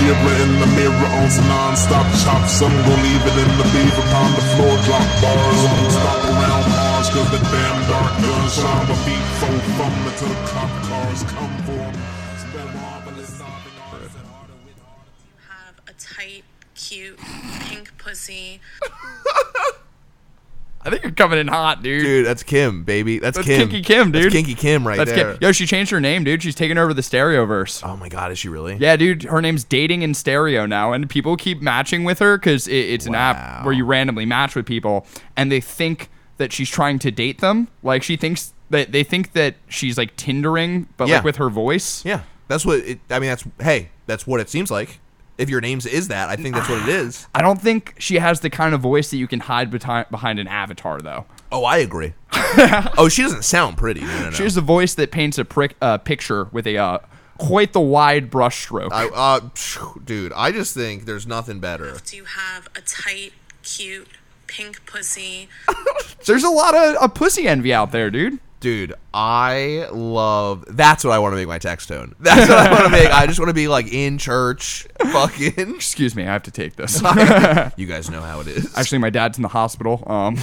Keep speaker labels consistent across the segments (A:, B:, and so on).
A: Gibber in the mirror owns non-stop chop. Some gon' leave it in the beef upon the floor. Drop bars on stop around Mars. Cause the damn dark guns shine my feet. Four from the to the cop cars come for 'em. Spell marvelous solving arts and harder with harder.
B: have a tight, cute, pink pussy.
C: I think you're coming in hot, dude.
D: Dude, that's Kim, baby. That's,
C: That's
D: Kim.
C: Kinky Kim, dude.
D: That's Kinky Kim right
C: That's
D: there.
C: Kim. Yo, she changed her name, dude. She's taking over the Stereoverse.
D: Oh my God, is she really?
C: Yeah, dude, her name's Dating in Stereo now, and people keep matching with her because it, it's an app
D: Wow.
C: where you randomly match with people, and they think that she's trying to date them. Like she thinks that they think that she's like Tindering, but
D: Yeah.
C: like with her voice.
D: Yeah, that's what it. I mean, that's hey, that's what it seems like. If your name's is that, I think that's what it is.
C: I don't think she has the kind of voice that you can hide beti- behind an avatar, though.
D: Oh, I agree. oh, she doesn't sound pretty. No, no, no.
C: She has a voice that paints a prick, uh, picture with a uh, quite the wide brushstroke.
D: I, uh, phew, dude, I just think there's nothing better.
B: Do you have a tight, cute, pink pussy?
C: There's a lot of uh, pussy envy out there, dude.
D: Dude, I love. That's what I want to make my text tone. That's what I want to make. I just want to be like in church, fucking.
C: Excuse me, I have to take this.
D: you guys know how it is.
C: Actually, my dad's in the hospital. Um,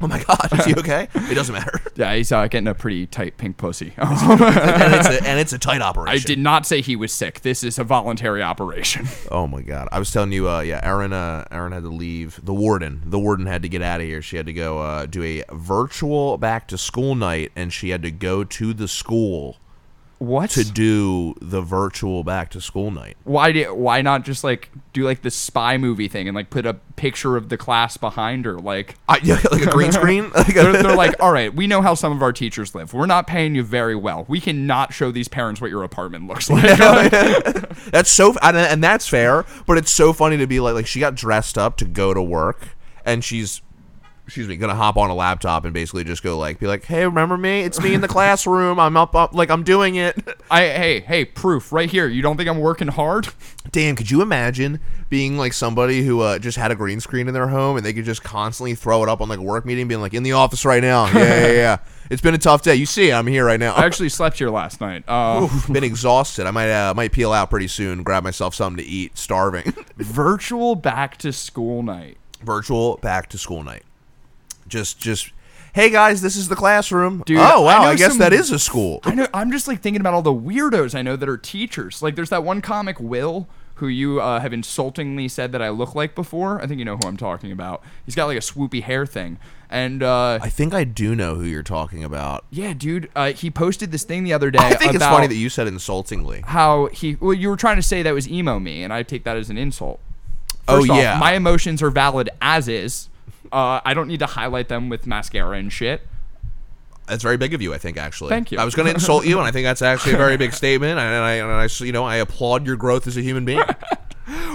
D: oh my god, is he okay? It doesn't matter.
C: yeah, he's uh, getting a pretty tight pink pussy.
D: and, it's a, and it's a tight
C: I
D: operation.
C: did not say he was sick. This is a voluntary operation.
D: Oh my god! I was telling you, uh, yeah, Aaron, uh, Aaron had to leave. The warden, the warden had to get out of here. She had to go uh, do a virtual back to school night, and she had to go to the school
C: What?
D: to do the virtual back to school night.
C: why did? Why not just like do like the spy movie thing and like put a picture of the class behind her? Like
D: I, yeah, like a green screen. Like
C: they're,
D: a-
C: they're like, all right, we know how some of our teachers live. We're not paying you very well. We cannot show these parents what your apartment looks like.
D: that's so, f- and, and that's fair. But it's so funny to be like, like she got dressed up to go to work, and she's. Excuse me, gonna hop on a laptop and basically just go like, be like, "Hey, remember me? It's me in the classroom. I'm up, up, like I'm doing it."
C: I hey hey proof right here. You don't think I'm working hard?
D: Damn, could you imagine being like somebody who uh, just had a green screen in their home and they could just constantly throw it up on like a work meeting, being like, "In the office right now." Yeah, yeah, yeah. It's been a tough day. You see, I'm here right now.
C: I actually slept here last night. Uh,
D: been exhausted. I might uh, might peel out pretty soon. Grab myself something to eat. Starving.
C: virtual back to school night.
D: Virtual back to school night. Just just. Hey guys, this is the classroom.
C: Dude,
D: oh wow,
C: I know
D: I, guess
C: some-
D: that is a school.
C: I know. I'm just like thinking about all the weirdos I know that are teachers. Like, there's that one comic, Will, who you uh, have insultingly said that I look like before. I think you know who I'm talking about. He's got like a swoopy hair thing, and uh,
D: I think I do know who you're talking about.
C: yeah, dude, uh, he posted this thing the other day.
D: I think it's
C: about
D: funny that you said insultingly.
C: how he. Well, you were trying to say that was emo me, and I take that as an insult.
D: Oh,
C: First off,
D: yeah.
C: my emotions are valid as is. Uh, I don't need to highlight them with mascara and shit.
D: That's very big of you, I think. Actually,
C: Thank you.
D: I was going to insult you, and I think that's actually a very big statement. And I, and I, you know, I applaud your growth as a human being.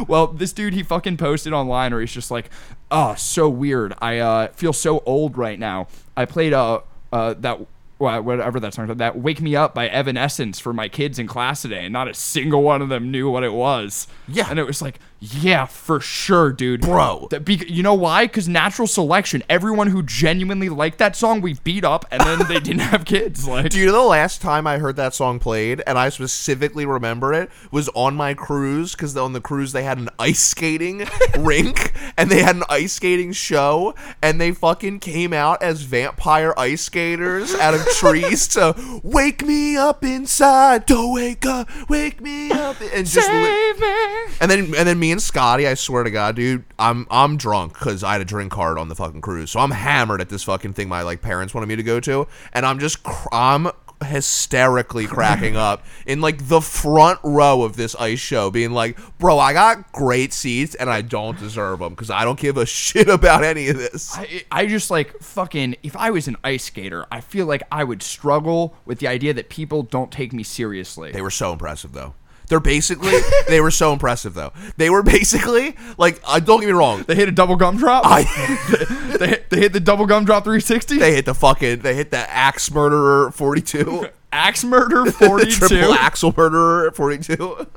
C: Well, this dude he fucking posted online where he's just like, "Oh, so weird. I uh, feel so old right now. I played uh, uh that wha- whatever that song that Wake Me Up by Evanescence for my kids in class today, and not a single one of them knew what it was.
D: Yeah.
C: and it was like, yeah, for sure, dude,
D: Bro.
C: That be- you know why? Because natural selection. Everyone who genuinely liked that song, we beat up, and then they didn't have kids. Like,
D: Do you know the last time I heard that song played, and I specifically remember it, was on my cruise because on the cruise they had an ice skating rink and they had an ice skating show, and they fucking came out as vampire ice skaters out of trees to wake me up inside, don't wake up, wake me up, and just. li-
C: Save me.
D: And then and then me and Scotty, I swear to God, dude, I'm I'm drunk because I had a drink card on the fucking cruise, so I'm hammered at this fucking thing my like parents wanted me to go to, and I'm just cr- I'm hysterically cracking up in like the front row of this ice show, being like, bro, I got great seats and I don't deserve them because I don't give a shit about any of this.
C: I, I just like fucking if I was an ice skater, I feel like I would struggle with the idea that people don't take me seriously.
D: They were so impressive though. They're basically they were so impressive though. They were basically like I don't get me wrong.
C: They hit a double gum drop.
D: I,
C: they, hit- they hit the double gum drop 360.
D: they hit the fucking they hit the axe murderer 42
C: axe murder
D: the
C: 42.
D: triple axle murderer 42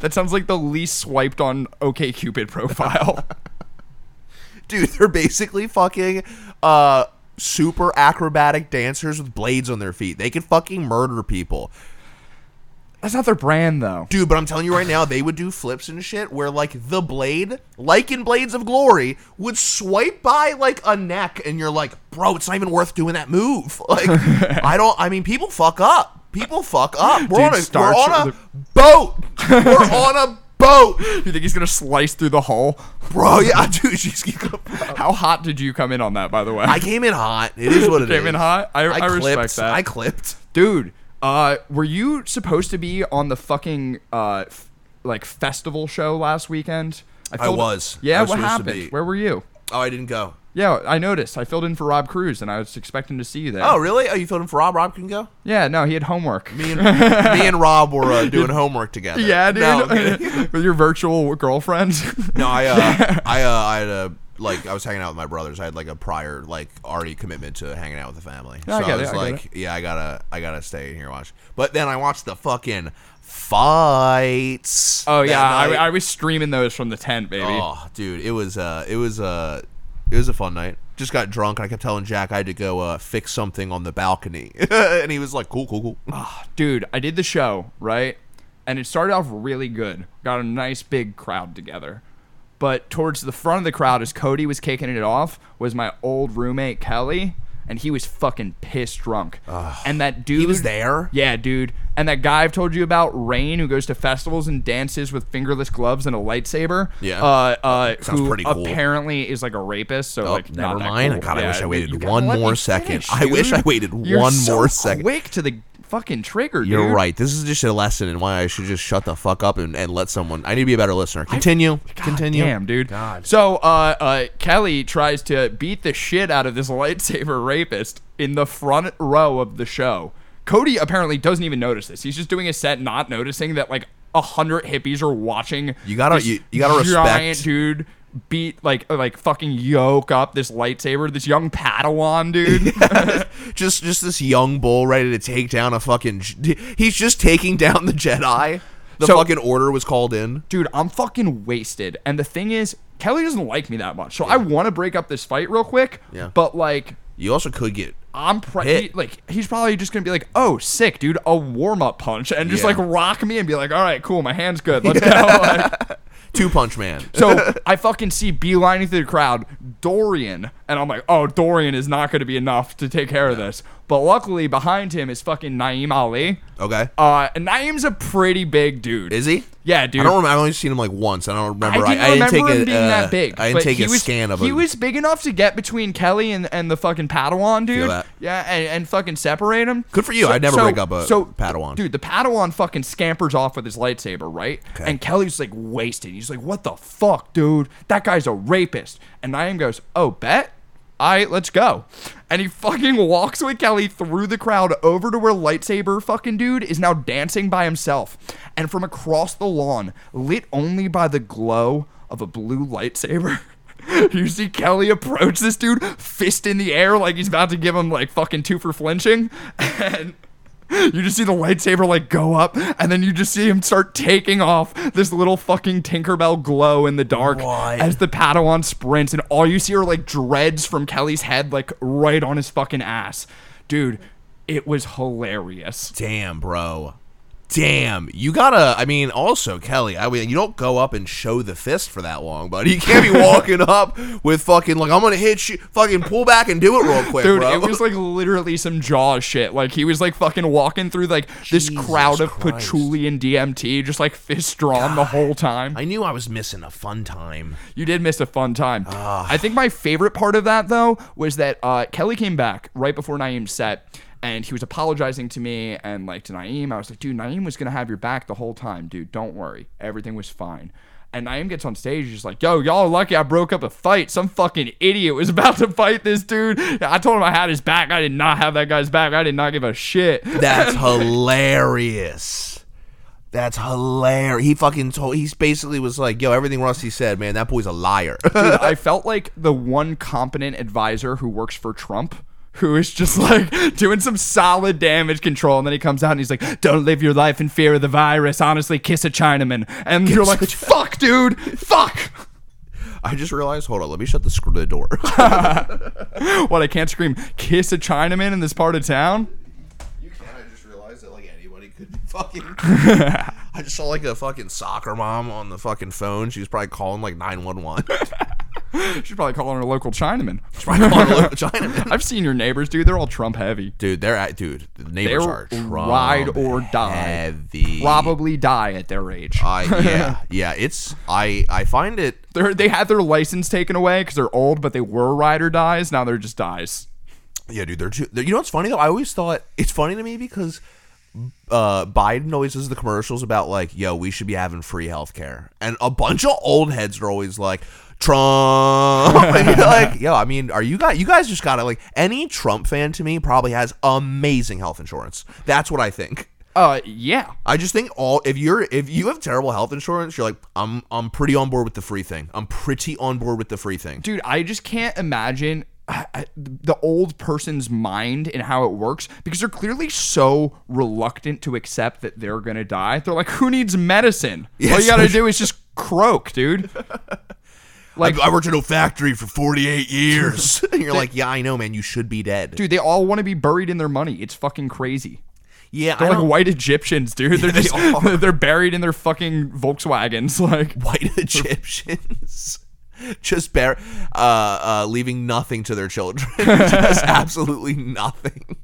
C: That sounds like the least swiped on OK Cupid profile.
D: dude they're basically fucking uh super acrobatic dancers with blades on their feet they can fucking murder people
C: That's not their brand though.
D: Dude, but I'm telling you right now, they would do flips and shit where like the blade, like in Blades of Glory, would swipe by like a neck, and you're like, bro, it's not even worth doing that move. Like, I don't. I mean, people fuck up. People fuck up.
C: Dude,
D: We're on a,
C: Star
D: we're on
C: Trek-
D: a boat. We're on a boat,
C: You think he's gonna slice through the hull?
D: bro. Yeah, dude, she's.
C: How hot did you come in on that, by the way?
D: Oh. I came in hot. It is what it is.
C: Came in hot? I- I
D: clipped.
C: respect that.
D: I clipped.
C: dude. Uh, were you supposed to be on the fucking uh, f- like festival show last weekend?
D: I
C: filled-
D: was.
C: Yeah,
D: I was
C: what
D: supposed to
C: happened?
D: be.
C: Where were you?
D: Oh, I didn't go.
C: Yeah, I noticed. I filled in for Rob Cruz, and I was expecting to see you there.
D: Oh, really? Oh, you filled in for Rob? Rob can go.
C: yeah, no, he had homework.
D: Me and me and Rob were uh, doing homework together.
C: yeah, dude,
D: No, I'm kidding.
C: with your virtual girlfriend.
D: No, I, uh, I, uh, I had a like I was hanging out with my brothers. I had like a prior like already commitment to hanging out with the family.
C: Yeah, I
D: so
C: get
D: I
C: it,
D: was
C: I get
D: like, yeah, I gotta, I gotta stay in here and watch. But then I watched the fucking fights.
C: oh
D: that
C: yeah, I,
D: night.
C: I was streaming those from the tent, baby.
D: Oh, dude, it was uh it was uh it was a fun night. Just got drunk and I kept telling Jack I had to go uh fix something on the balcony. and he was like, "Cool, cool, cool."
C: dude, I did the show, right? And it started off really good. Got a nice big crowd together. But towards the front of the crowd, as Cody was kicking it off, was my old roommate Kelly, and he was fucking pissed drunk. and that dude
D: He was there?
C: Yeah, dude. And that guy I've told you about, Rain, who goes to festivals and dances with fingerless gloves and a lightsaber.
D: Yeah.
C: Uh, uh,
D: Sounds
C: who
D: pretty cool.
C: apparently is like a rapist. So
D: Oh,
C: like,
D: never
C: not that
D: mind.
C: cool.
D: God, I
C: Yeah,
D: wish I
C: you
D: waited
C: gotta
D: one
C: let me
D: more second.
C: finish,
D: I wish
C: dude.
D: I waited
C: You're
D: one
C: so
D: more second.
C: Quick to the fucking trigger.
D: You're
C: dude.
D: right. This is just a lesson in why I should just shut the fuck up and, and let someone. I need to be a better listener. Continue. Continue.
C: Damn, dude. So, uh, uh, Kelly tries to beat the shit out of this lightsaber rapist in the front row of the show. Cody apparently doesn't even notice this. He's just doing a set, not noticing that like a hundred hippies are watching.
D: You gotta-
C: this
D: you- you gotta
C: giant
D: respect-
C: dude beat like like fucking yoke up this lightsaber, this young Padawan dude.
D: Just just this young bull ready to take down a fucking. j- He's just taking down the Jedi. The
C: So-
D: fucking order was called in.
C: dude, I'm fucking wasted. And the thing is, Kelly doesn't like me that much, so I want to break up this fight real quick.
D: Yeah.
C: But like.
D: You also could get.
C: I'm pre-
D: Hit.
C: he- like he's probably just gonna be like, "Oh, sick, dude, a warm up punch," and just
D: Yeah.
C: like rock me and be like, "All right, cool, my hand's good, let's go." Like,
D: Two Punch Man.
C: so I fucking see beelining through the crowd, Dorian, and I'm like, "Oh, Dorian is not gonna be enough to take care of this." But luckily, behind him is fucking Naeem Ali.
D: Okay.
C: Uh, and Naeem's a pretty big dude.
D: Oh. Is he?
C: Yeah, dude.
D: I don't remember. I only seen him like once. I don't remember.
C: I didn't
D: I,
C: remember
D: take
C: him
D: a,
C: being
D: uh,
C: that big.
D: I didn't
C: but
D: take
C: he
D: a
C: was,
D: scan of
C: He
D: him.
C: was big enough to get between Kelly and, and the fucking Padawan dude.
D: that.
C: Yeah, and, and fucking separate him.
D: Good for you. I'd never break up a Padawan.
C: Dude, the Padawan fucking scampers off with his lightsaber, right?
D: Okay.
C: And Kelly's like wasted. He's like, "What the fuck, dude? That guy's a rapist." And Naeem goes, "Oh, bet." All right, let's go. And he fucking walks with Kelly through the crowd over to where lightsaber fucking dude is now dancing by himself. And from across the lawn, lit only by the glow of a blue lightsaber, you see Kelly approach this dude, fist in the air, like he's about to give him like fucking two for flinching. And you just see the lightsaber like go up, and then you just see him start taking off this little fucking Tinkerbell glow in the dark
D: What?
C: as the Padawan sprints, and all you see are like dreads from Kelly's head, like right on his fucking ass. Dude, it was hilarious.
D: Damn, bro. Damn, you gotta. I mean, also Kelly, I mean, you don't go up and show the fist for that long, buddy. You can't be walking up with fucking like I'm gonna hit you, fucking pull back and do it real quick,
C: Dude,
D: bro.
C: it was like literally some jaw shit. Like he was like fucking walking through like this
D: Jesus
C: crowd of
D: Christ.
C: patchouli and DMT, just like fist drawn the whole time.
D: I knew I was missing a fun time.
C: You did miss a fun time. I think my favorite part of that though was that uh, Kelly came back right before Naeem's set, and he was apologizing to me and like to Naeem. I was like, dude, Naeem was gonna have your back the whole time, dude. Don't worry, everything was fine. And Naeem gets on stage, he's like, yo, y'all are lucky I broke up a fight. Some fucking idiot was about to fight this dude. I told him I had his back. I did not have that guy's back. I did not give a shit.
D: That's hilarious. That's hilarious. He fucking told. He basically was like, "Yo, everything Rusty said, man, that boy's a liar."
C: Dude, I felt like the one competent advisor who works for Trump who is just like doing some solid damage control and then he comes out and he's like don't live your life in fear of the virus honestly kiss a chinaman and you're like fuck dude fuck
D: I just realized. Hold on, let me shut the screw the door.
C: what i can't scream kiss a chinaman in this part of town
D: you can. I just realized that like anybody could. fucking. I just saw like a fucking soccer mom on the fucking phone. She was probably calling like nine one one.
C: She's probably calling her local Chinaman.
D: Probably calling a local Chinaman.
C: I've seen your neighbors, dude. They're all Trump heavy.
D: Dude, they're at dude. The neighbors
C: They're
D: are Trump
C: ride or die.
D: Heavy.
C: Probably die at their age.
D: I Uh, yeah yeah. It's I I find it
C: They're, they had their license taken away because they're old, but they were ride or dies. Now they're just dies.
D: Yeah, dude, they're too. They're, you know what's funny though? I always thought it's funny to me because uh, Biden always does the commercials about like, yo, we should be having free healthcare, and a bunch of old heads are always like, Trump. And you're like, yo, I mean, are you guys? You guys just gotta like any Trump fan to me probably has amazing health insurance. That's what I think.
C: Uh, yeah.
D: I just think all if you're if you have terrible health insurance, you're like, I'm I'm pretty on board with the free thing. I'm pretty on board with the free thing.
C: dude i just can't imagine I- I- the old person's mind and how it works because they're clearly so reluctant to accept that they're gonna die they're like who needs medicine all
D: Yes.
C: you gotta do is just croak dude
D: I, I worked at a factory for 48 years. and you're like, yeah, I know, man. You should be dead.
C: dude they all want to be buried in their money it's fucking crazy
D: yeah, I
C: they're like
D: don't-
C: white egyptians dude they're
D: they
C: just
D: are.
C: they're buried in their fucking volkswagens like
D: white Egyptians. Just bare, uh, uh, leaving nothing to their children. Just absolutely nothing.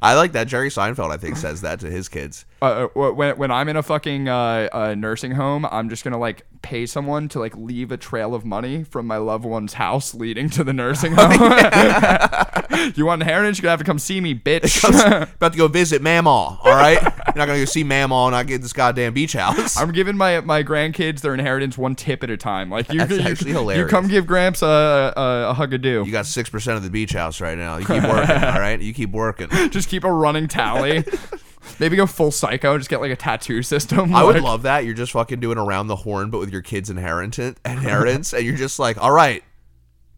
D: I like that. Jerry Seinfeld, I think, says that to his kids.
C: uh, uh, when, when I'm in a fucking uh, uh, nursing home, I'm just gonna like pay someone to like leave a trail of money from my loved one's house leading to the nursing
D: Oh,
C: home. you want inheritance? You're gonna have to come see me, bitch.
D: About to go visit Mamaw, all right? You're not going to go see Mamaw and not get this goddamn beach house.
C: I'm giving my my grandkids their inheritance one tip at a time. Like you,
D: That's
C: you,
D: actually
C: you
D: hilarious.
C: come give Gramps a a, a hug a do.
D: you got 6% of the beach house right now. You keep working, all right? You keep working.
C: Just keep a running tally. Maybe go full psycho. Just get like a tattoo system.
D: I would
C: like-
D: love that. You're just fucking doing around the horn, but with your kids' inheritance, inheritance, and you're just like, all right,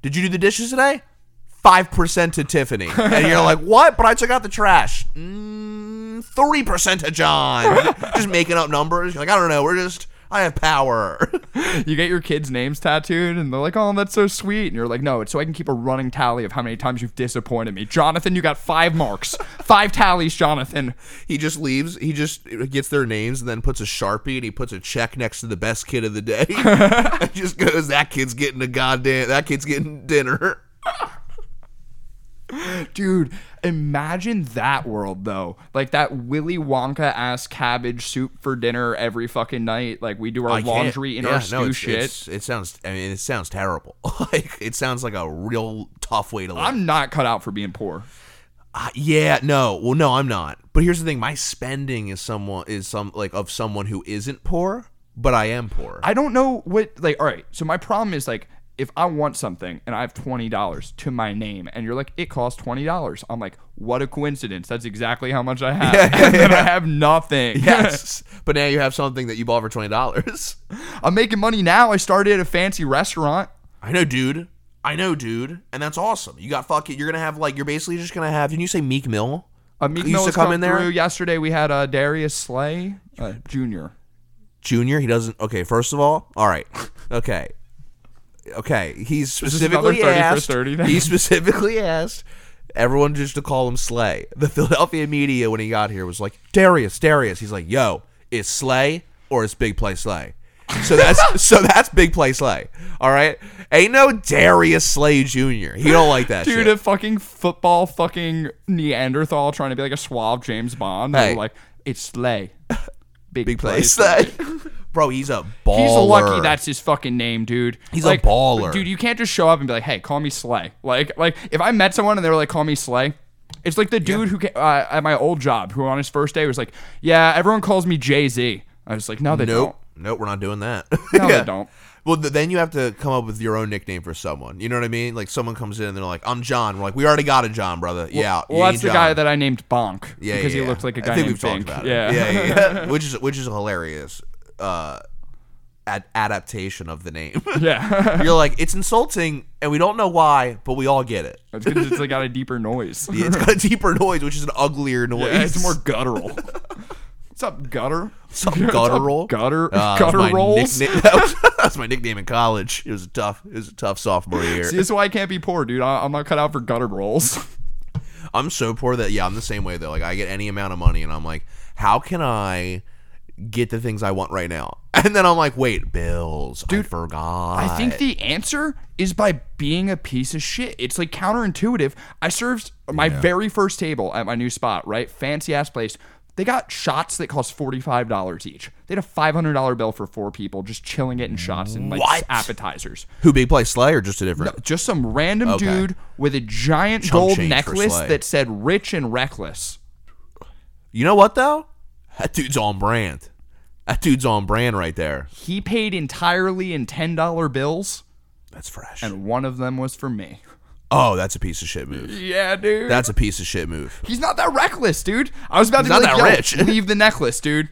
D: did you do the dishes today? Five percent to Tiffany, and you're like, what? But I took out the trash. Mm, Three percent to John. just making up numbers. You're like, I don't know. We're just, I have power.
C: you get your kids' names tattooed, and they're like, "Oh, that's so sweet," and you're like, "No, it's so I can keep a running tally of how many times you've disappointed me." Jonathan, you got five marks, five tallies, Jonathan.
D: he just leaves. He just gets their names and then puts a sharpie and he puts a check next to the best kid of the day. and just goes, that kid's getting a goddamn. That kid's getting dinner.
C: Dude, imagine that world though. Like that Willy Wonka ass cabbage soup for dinner every fucking night. Like we do our
D: I can't-
C: laundry and
D: yeah,
C: our
D: no,
C: stew
D: it's-
C: shit.
D: it's- it sounds. I mean, it sounds terrible. like it sounds like a real tough way to live.
C: I'm not cut out for being poor.
D: Uh, yeah, no. Well, no, I'm not. But here's the thing: my spending is someone is some like of someone who isn't poor, but I am poor.
C: I don't know what like all right. So my problem is like if I want something and I have twenty dollars to my name and you're like, it costs twenty dollars. I'm like, what a coincidence. That's exactly how much I have. and then I have nothing.
D: yes, but now you have something that you bought for twenty dollars.
C: I'm making money now. I started at a fancy restaurant.
D: I know, dude. I know, dude, and that's awesome. You got fucking. You're gonna have like you're basically just gonna have. Didn't you say Meek Mill?
C: A Meek
D: Used
C: Mill
D: to
C: has
D: come
C: come
D: in there?
C: through. Yesterday we had uh, Darius Slay uh, Junior.
D: Junior, he doesn't. Okay, first of all, all right, okay, okay. He's
C: is another
D: specifically
C: 30 for
D: asked.
C: 30 then?
D: he specifically asked everyone just to call him Slay. The Philadelphia media when he got here was like Darius, Darius. He's like, yo, is Slay or is Big Play Slay? So that's so that's Big Play Slay. All right, ain't no Darius Slay Junior. He don't like that
C: Dude,
D: shit.
C: a fucking football fucking Neanderthal trying to be like a suave James Bond. They were
D: Hey.
C: like, it's Slay. Big,
D: Big Play Slay, bro. He's a baller.
C: He's lucky that's his fucking name, dude.
D: He's a baller.
C: dude. You can't just show up and be like, "Hey, call me Slay." Like, like if I met someone and they were like, "Call me Slay," it's like the dude who ca- uh, at my old job who on his first day was like, "Yeah, everyone calls me Jay Z." I was like, "No, they
D: Nope. Nope, we're not doing that.
C: No, they don't.
D: Well, th- then you have to come up with your own nickname for someone. You know what I mean? Like someone comes in and they're like, "I'm John." We're like, "We already got a John, brother." yeah.
C: don't." Well,
D: you
C: that's
D: ain't
C: the
D: John.
C: guy that I named Bonk
D: Yeah,
C: because
D: yeah,
C: he
D: yeah.
C: looked like a
D: I
C: guy
D: think
C: named
D: we've talked
C: Bonk.
D: about it.
C: yeah.
D: yeah, yeah, yeah. which is which is a hilarious. Uh, ad- adaptation of the name.
C: yeah.
D: You're like, it's insulting, and we don't know why, but we all get it.
C: It's 'cause it's like got a deeper noise.
D: It's got a deeper noise, which is an uglier noise.
C: Yeah, it's more guttural. What's up, gutter? What's
D: Some guttural.
C: gutter?
D: Uh, that was
C: gutter
D: my
C: rolls?
D: nickname- that, was, that was my nickname in college. It was a tough. It was a tough sophomore year.
C: See, this is why I can't be poor, dude. I, I'm not cut out for gutter rolls.
D: I'm so poor that yeah, I'm the same way though. Like I get any amount of money and I'm like, how can I get the things I want right now? And then I'm like, wait, bills. Dude, I forgot.
C: I think the answer is by being a piece of shit. It's like counterintuitive. I served my very first table at my new spot, right? Fancy ass place. They got shots that cost forty five dollars each. They had a five hundred dollar bill for four people, just chilling it in shots and like
D: What?
C: appetizers.
D: who big play Slay or just a different.
C: Just some random
D: Okay.
C: dude with a giant gold
D: change for
C: necklace
D: Slay.
C: that said "rich and reckless."
D: You know what though? That dude's on brand. That dude's on brand right there.
C: He paid entirely in ten dollar bills,
D: That's fresh.
C: and one of them was for me.
D: oh, that's a piece of shit move.
C: Yeah, dude.
D: That's a piece of shit move.
C: He's not that reckless, dude. I was about to
D: He's
C: be
D: not
C: like,
D: that
C: Yo,
D: rich."
C: leave the necklace, dude.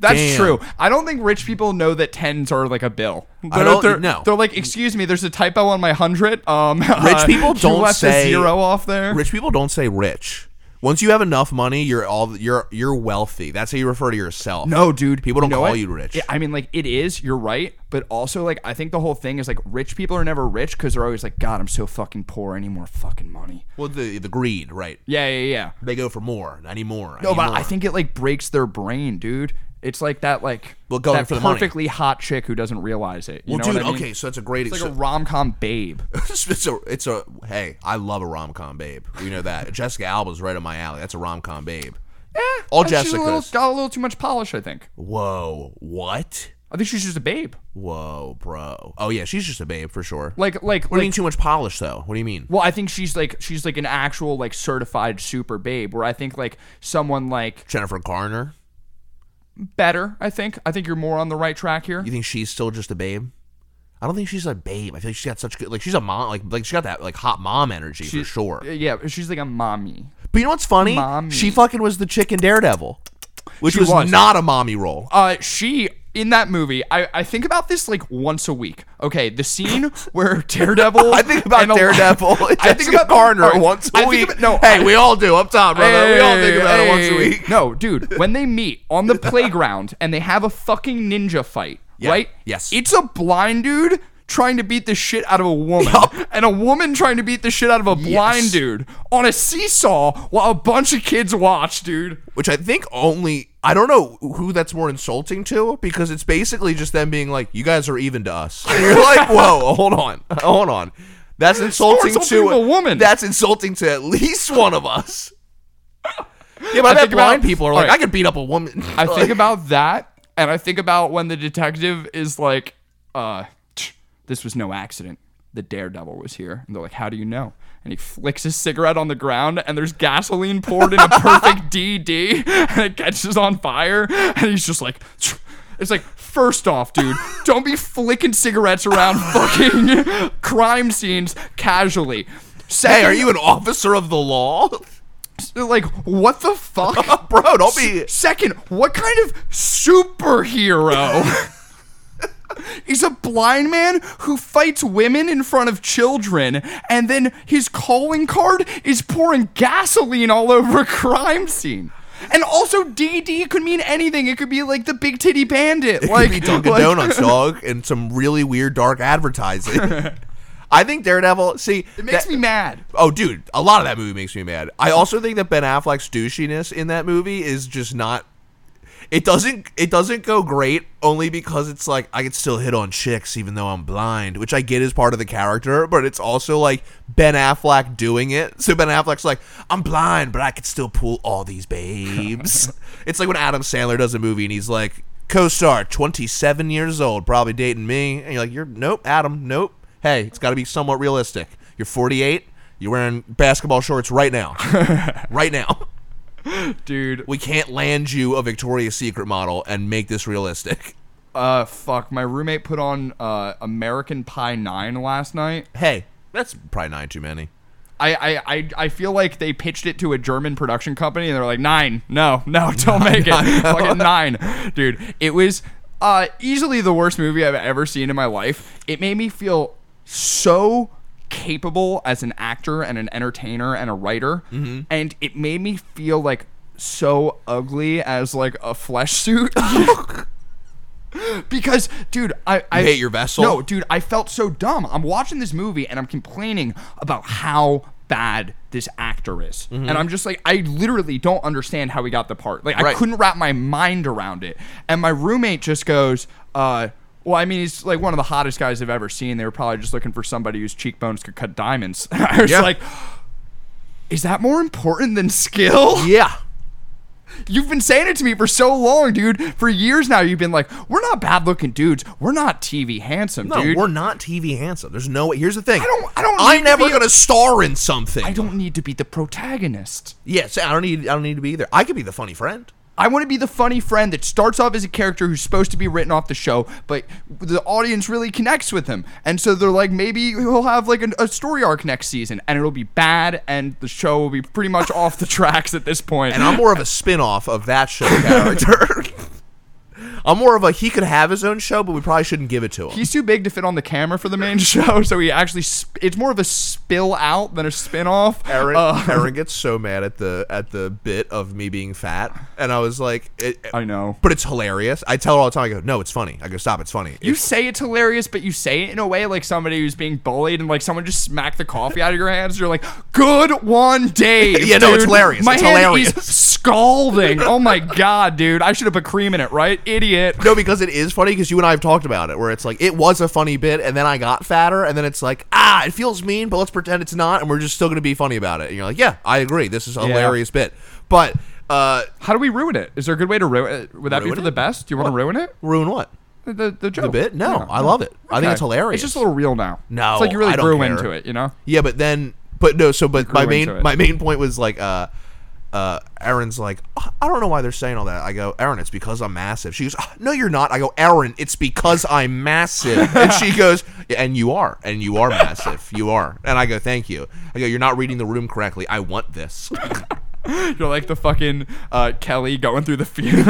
C: That's
D: Damn.
C: true. I don't think rich people know that tens are like a bill. They're,
D: don't-
C: they're,
D: no.
C: They're like, excuse me, there's a typo on my hundred. Um, rich
D: people don't
C: left a
D: say-
C: zero off there.
D: Rich people don't say rich. Once you have enough money, you're all you're you're wealthy. That's how you refer to yourself.
C: No, dude.
D: People don't
C: know
D: call
C: what?
D: you rich.
C: Yeah, I mean, like, it is. You're right. But also, like, I think the whole thing is like, rich people are never rich because they're always like, God, I'm so fucking poor. I need more fucking money.
D: Well, the the greed, right?
C: Yeah, yeah, yeah.
D: They go for more. I need more. I
C: No,
D: need
C: but
D: more.
C: I think it like breaks their brain, dude. It's like that, like
D: Well, going
C: that
D: for the money.
C: perfectly hot chick who doesn't realize it. You
D: Well,
C: know
D: dude,
C: what I mean?
D: okay, so that's a great.
C: It's
D: so-
C: like a rom com babe.
D: it's a it's a hey, I love a rom com babe. We know that. Jessica Alba's right up my alley. That's a rom com babe. All
C: And she's a little,
D: Jessica's.
C: got a little too much polish, I think.
D: Whoa, what?
C: I think she's just a babe.
D: Whoa, bro. Oh yeah, she's just a babe for sure.
C: Like, like,
D: what do you mean
C: like
D: too much polish though? What do you mean?
C: well, I think she's like she's like an actual like certified super babe. Where I think like someone like
D: Jennifer Garner.
C: better. I think I think you're more on the right track here.
D: You think she's still just a babe? I don't think she's a babe. I feel like she's got such good like she's a mom like like she got that like hot mom energy for sure.
C: Yeah, she's like a mommy.
D: But you know what's funny?
C: eh, Mommy.
D: She fucking was the chicken daredevil, which
C: She
D: was,
C: was.
D: not a mommy role.
C: uh, she in that movie, I, I think about this like once a week. Okay, the scene where Daredevil.
D: I think about
C: and a-
D: Daredevil.
C: I think about
D: Garner
C: alright,
D: once a
C: I think
D: week.
C: about- no,
D: hey,
C: I-
D: we all do. I'm top, brother. we all think about it once a
C: Hey,
D: week.
C: No, dude, when they meet on the playground and they have a fucking ninja fight, right?
D: yes.
C: It's a blind dude trying to beat the shit out of a woman and a woman trying to beat the shit out of a blind
D: Yes.
C: dude on a seesaw while a bunch of kids watch, dude.
D: Which I think only I don't know who that's more insulting to because it's basically just them being like, "You guys are even to us." And you're like, "Whoa, hold on, hold on." That's insulting,
C: insulting to
D: to
C: a woman.
D: That's insulting to at least one of us. Yeah, but I, bet
C: think about-
D: blind people are like,
C: alright.
D: "I could beat up a woman."
C: I think about that, and I think about when the detective is like, uh, "Tch, this was no accident. The daredevil was here. And they're like, how do you know? And he flicks his cigarette on the ground, and there's gasoline poured in a perfect DD, and it catches on fire. And he's just like, "Tch." it's like, first off, dude, don't be flicking cigarettes around fucking crime scenes casually. Second,
D: hey, are you an officer of the law,
C: like, what the fuck?
D: bro? Don't be.
C: Second, what kind of superhero? He's a blind man who fights women in front of children, and then his calling card is pouring gasoline all over a crime scene. And also, DD could mean anything. It could be like the big titty bandit,
D: like
C: like
D: be Dunkin'
C: like-
D: Donuts, dog, and some really weird dark advertising. I think Daredevil. See,
C: It makes me mad.
D: Oh, dude, a lot of that movie makes me mad. I also think that Ben Affleck's douchiness in that movie is just not. It doesn't. It doesn't go great only because it's like I can still hit on chicks even though I'm blind, which I get is part of the character, but it's also like Ben Affleck doing it. So Ben Affleck's like, I'm blind, but I can still pull all these babes. it's like when Adam Sandler does a movie and he's like, co-star, 27 years old, probably dating me, and you're like, you're nope, Adam, nope. Hey, it's got to be somewhat realistic. You're 48. You're wearing basketball shorts right now. right now.
C: Dude,
D: We can't land you a Victoria's Secret model and make this realistic.
C: uh, fuck. My roommate put on uh, American Pie 9 last night.
D: Hey, that's probably nine too many.
C: I, I, I, I feel like they pitched it to a German production company and they're like, nine, no, no, don't make it. Fucking nine. Dude, it was uh, easily the worst movie I've ever seen in my life. It made me feel so capable as an actor and an entertainer and a writer.
D: Mm-hmm.
C: And it made me feel like so ugly as like a flesh suit. Because, dude, I, I
D: hate your vessel?
C: No, dude, I felt so dumb. I'm watching this movie and I'm complaining about how bad this actor is.
D: Mm-hmm.
C: And I'm just like, I literally don't understand how he got the part. Like, I
D: Right.
C: couldn't wrap my mind around it. And my roommate just goes, uh, well, I mean, he's like one of the hottest guys I've ever seen. They were probably just looking for somebody whose cheekbones could cut diamonds. I was
D: Yeah.
C: like, is that more important than skill?
D: Yeah.
C: You've been saying it to me for so long, dude. For years now, you've been like, "We're not bad-looking dudes. We're not TV handsome,
D: No,
C: dude.
D: we're not TV handsome. There's no way. Here's the thing. I
C: don't- I don't need
D: I'm
C: to
D: never
C: be a-
D: gonna star in something.
C: I don't need to be the protagonist.
D: Yes, I don't need. I don't need to be either. I could be the funny friend.
C: I want to be the funny friend that starts off as a character who's supposed to be written off the show, but the audience really connects with him, and so they're like, maybe he'll have like an, a story arc next season, and it'll be bad, and the show will be pretty much off the tracks at this point.
D: And I'm more of a spin-off of that show character. I'm more of a he could have his own show, but we probably shouldn't give it to him.
C: He's too big to fit on the camera for the main show, so he actually sp- it's more of a spill out than a spin off.
D: Aaron,
C: Uh,
D: Aaron gets so mad at the at the bit of me being fat, and I was like, it, it-
C: I know.
D: but it's hilarious. I tell her all the time. I go, no, it's funny. I go, stop, it's funny.
C: You say it's hilarious, but you say it in a way like somebody who's being bullied and like someone just smacked the coffee out of your hands. You're like, good one, Dave.
D: Yeah, no, it's
C: dude.
D: hilarious.
C: My
D: It's
C: hand
D: hilarious.
C: is scalding. oh my god, dude. I should have put cream in it, right? Idiot.
D: No, because it is funny because you and I have talked about it, where it's like it was a funny bit, and then I got fatter, and then it's like ah, it feels mean, but let's pretend it's not, and we're just still gonna be funny about it. And you're like, yeah, I agree, this is a hilarious bit, but uh,
C: How do we ruin it? Is there a good way to ruin it? Would that be
D: Ruin
C: for
D: it?
C: the best? Do you want to
D: What?
C: ruin it?
D: ruin what
C: The the joke.
D: the bit? No,
C: Yeah.
D: I love it. I think
C: Okay.
D: it's hilarious.
C: It's just a little real now.
D: No,
C: it's like you really
D: I don't
C: grew
D: care.
C: into it, you know.
D: Yeah, but then, but no. So, but my
C: grew into
D: main
C: it.
D: my main point was like, uh, uh, Aaron's like, "Oh, I don't know why they're saying all that. I go, Aaron, it's because I'm massive. She goes, "Oh, No, you're not. I go, Aaron, it's because I'm massive. and she goes, "Yeah, And you are, and you are massive. You are. And I go, Thank you. I go, You're not reading the room correctly. I want this.
C: You're like the fucking uh, Kelly going through the field.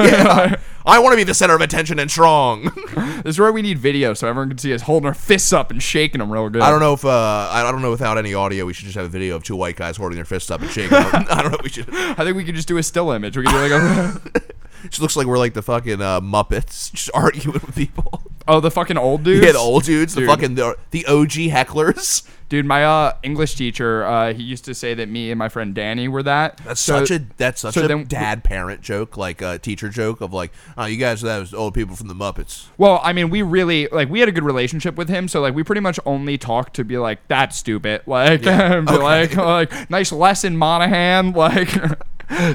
D: I want to be the center of attention and strong.
C: This is where we need video so everyone can see us holding our fists up and shaking them real good.
D: I don't know if uh, I I don't know. Without any audio, we should just have a video of two white guys holding their fists up and shaking. I don't know. We should.
C: I think we could just do a still image. We could do like a,
D: She looks like we're like the fucking uh, Muppets, just arguing with people.
C: oh the fucking old dudes.
D: Yeah, the old dudes,
C: Dude.
D: the fucking the, the OG hecklers.
C: dude. My uh, English teacher, uh, he used to say that me and my friend Danny were that.
D: That's
C: So-
D: such a that's such
C: so
D: a
C: then-
D: dad parent joke, like a teacher joke of like, oh, you guys are those old people from the Muppets.
C: Well, I mean, we really like we had a good relationship with him, so like we pretty much only talked to be like that's stupid, like and be like like nice lesson Monahan, like.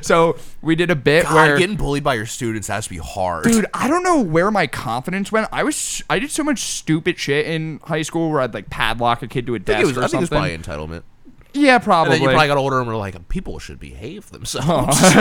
C: so we did a bit
D: God,
C: where
D: Ah, getting bullied by your students has to be hard.
C: dude i don't know where my confidence went i was i did so much stupid shit in high school where i'd like padlock a kid to a
D: I
C: desk
D: think it was,
C: or
D: I think it was
C: something
D: probably entitlement.
C: yeah
D: And
C: probably,
D: then you probably got older and were like, people should behave themselves.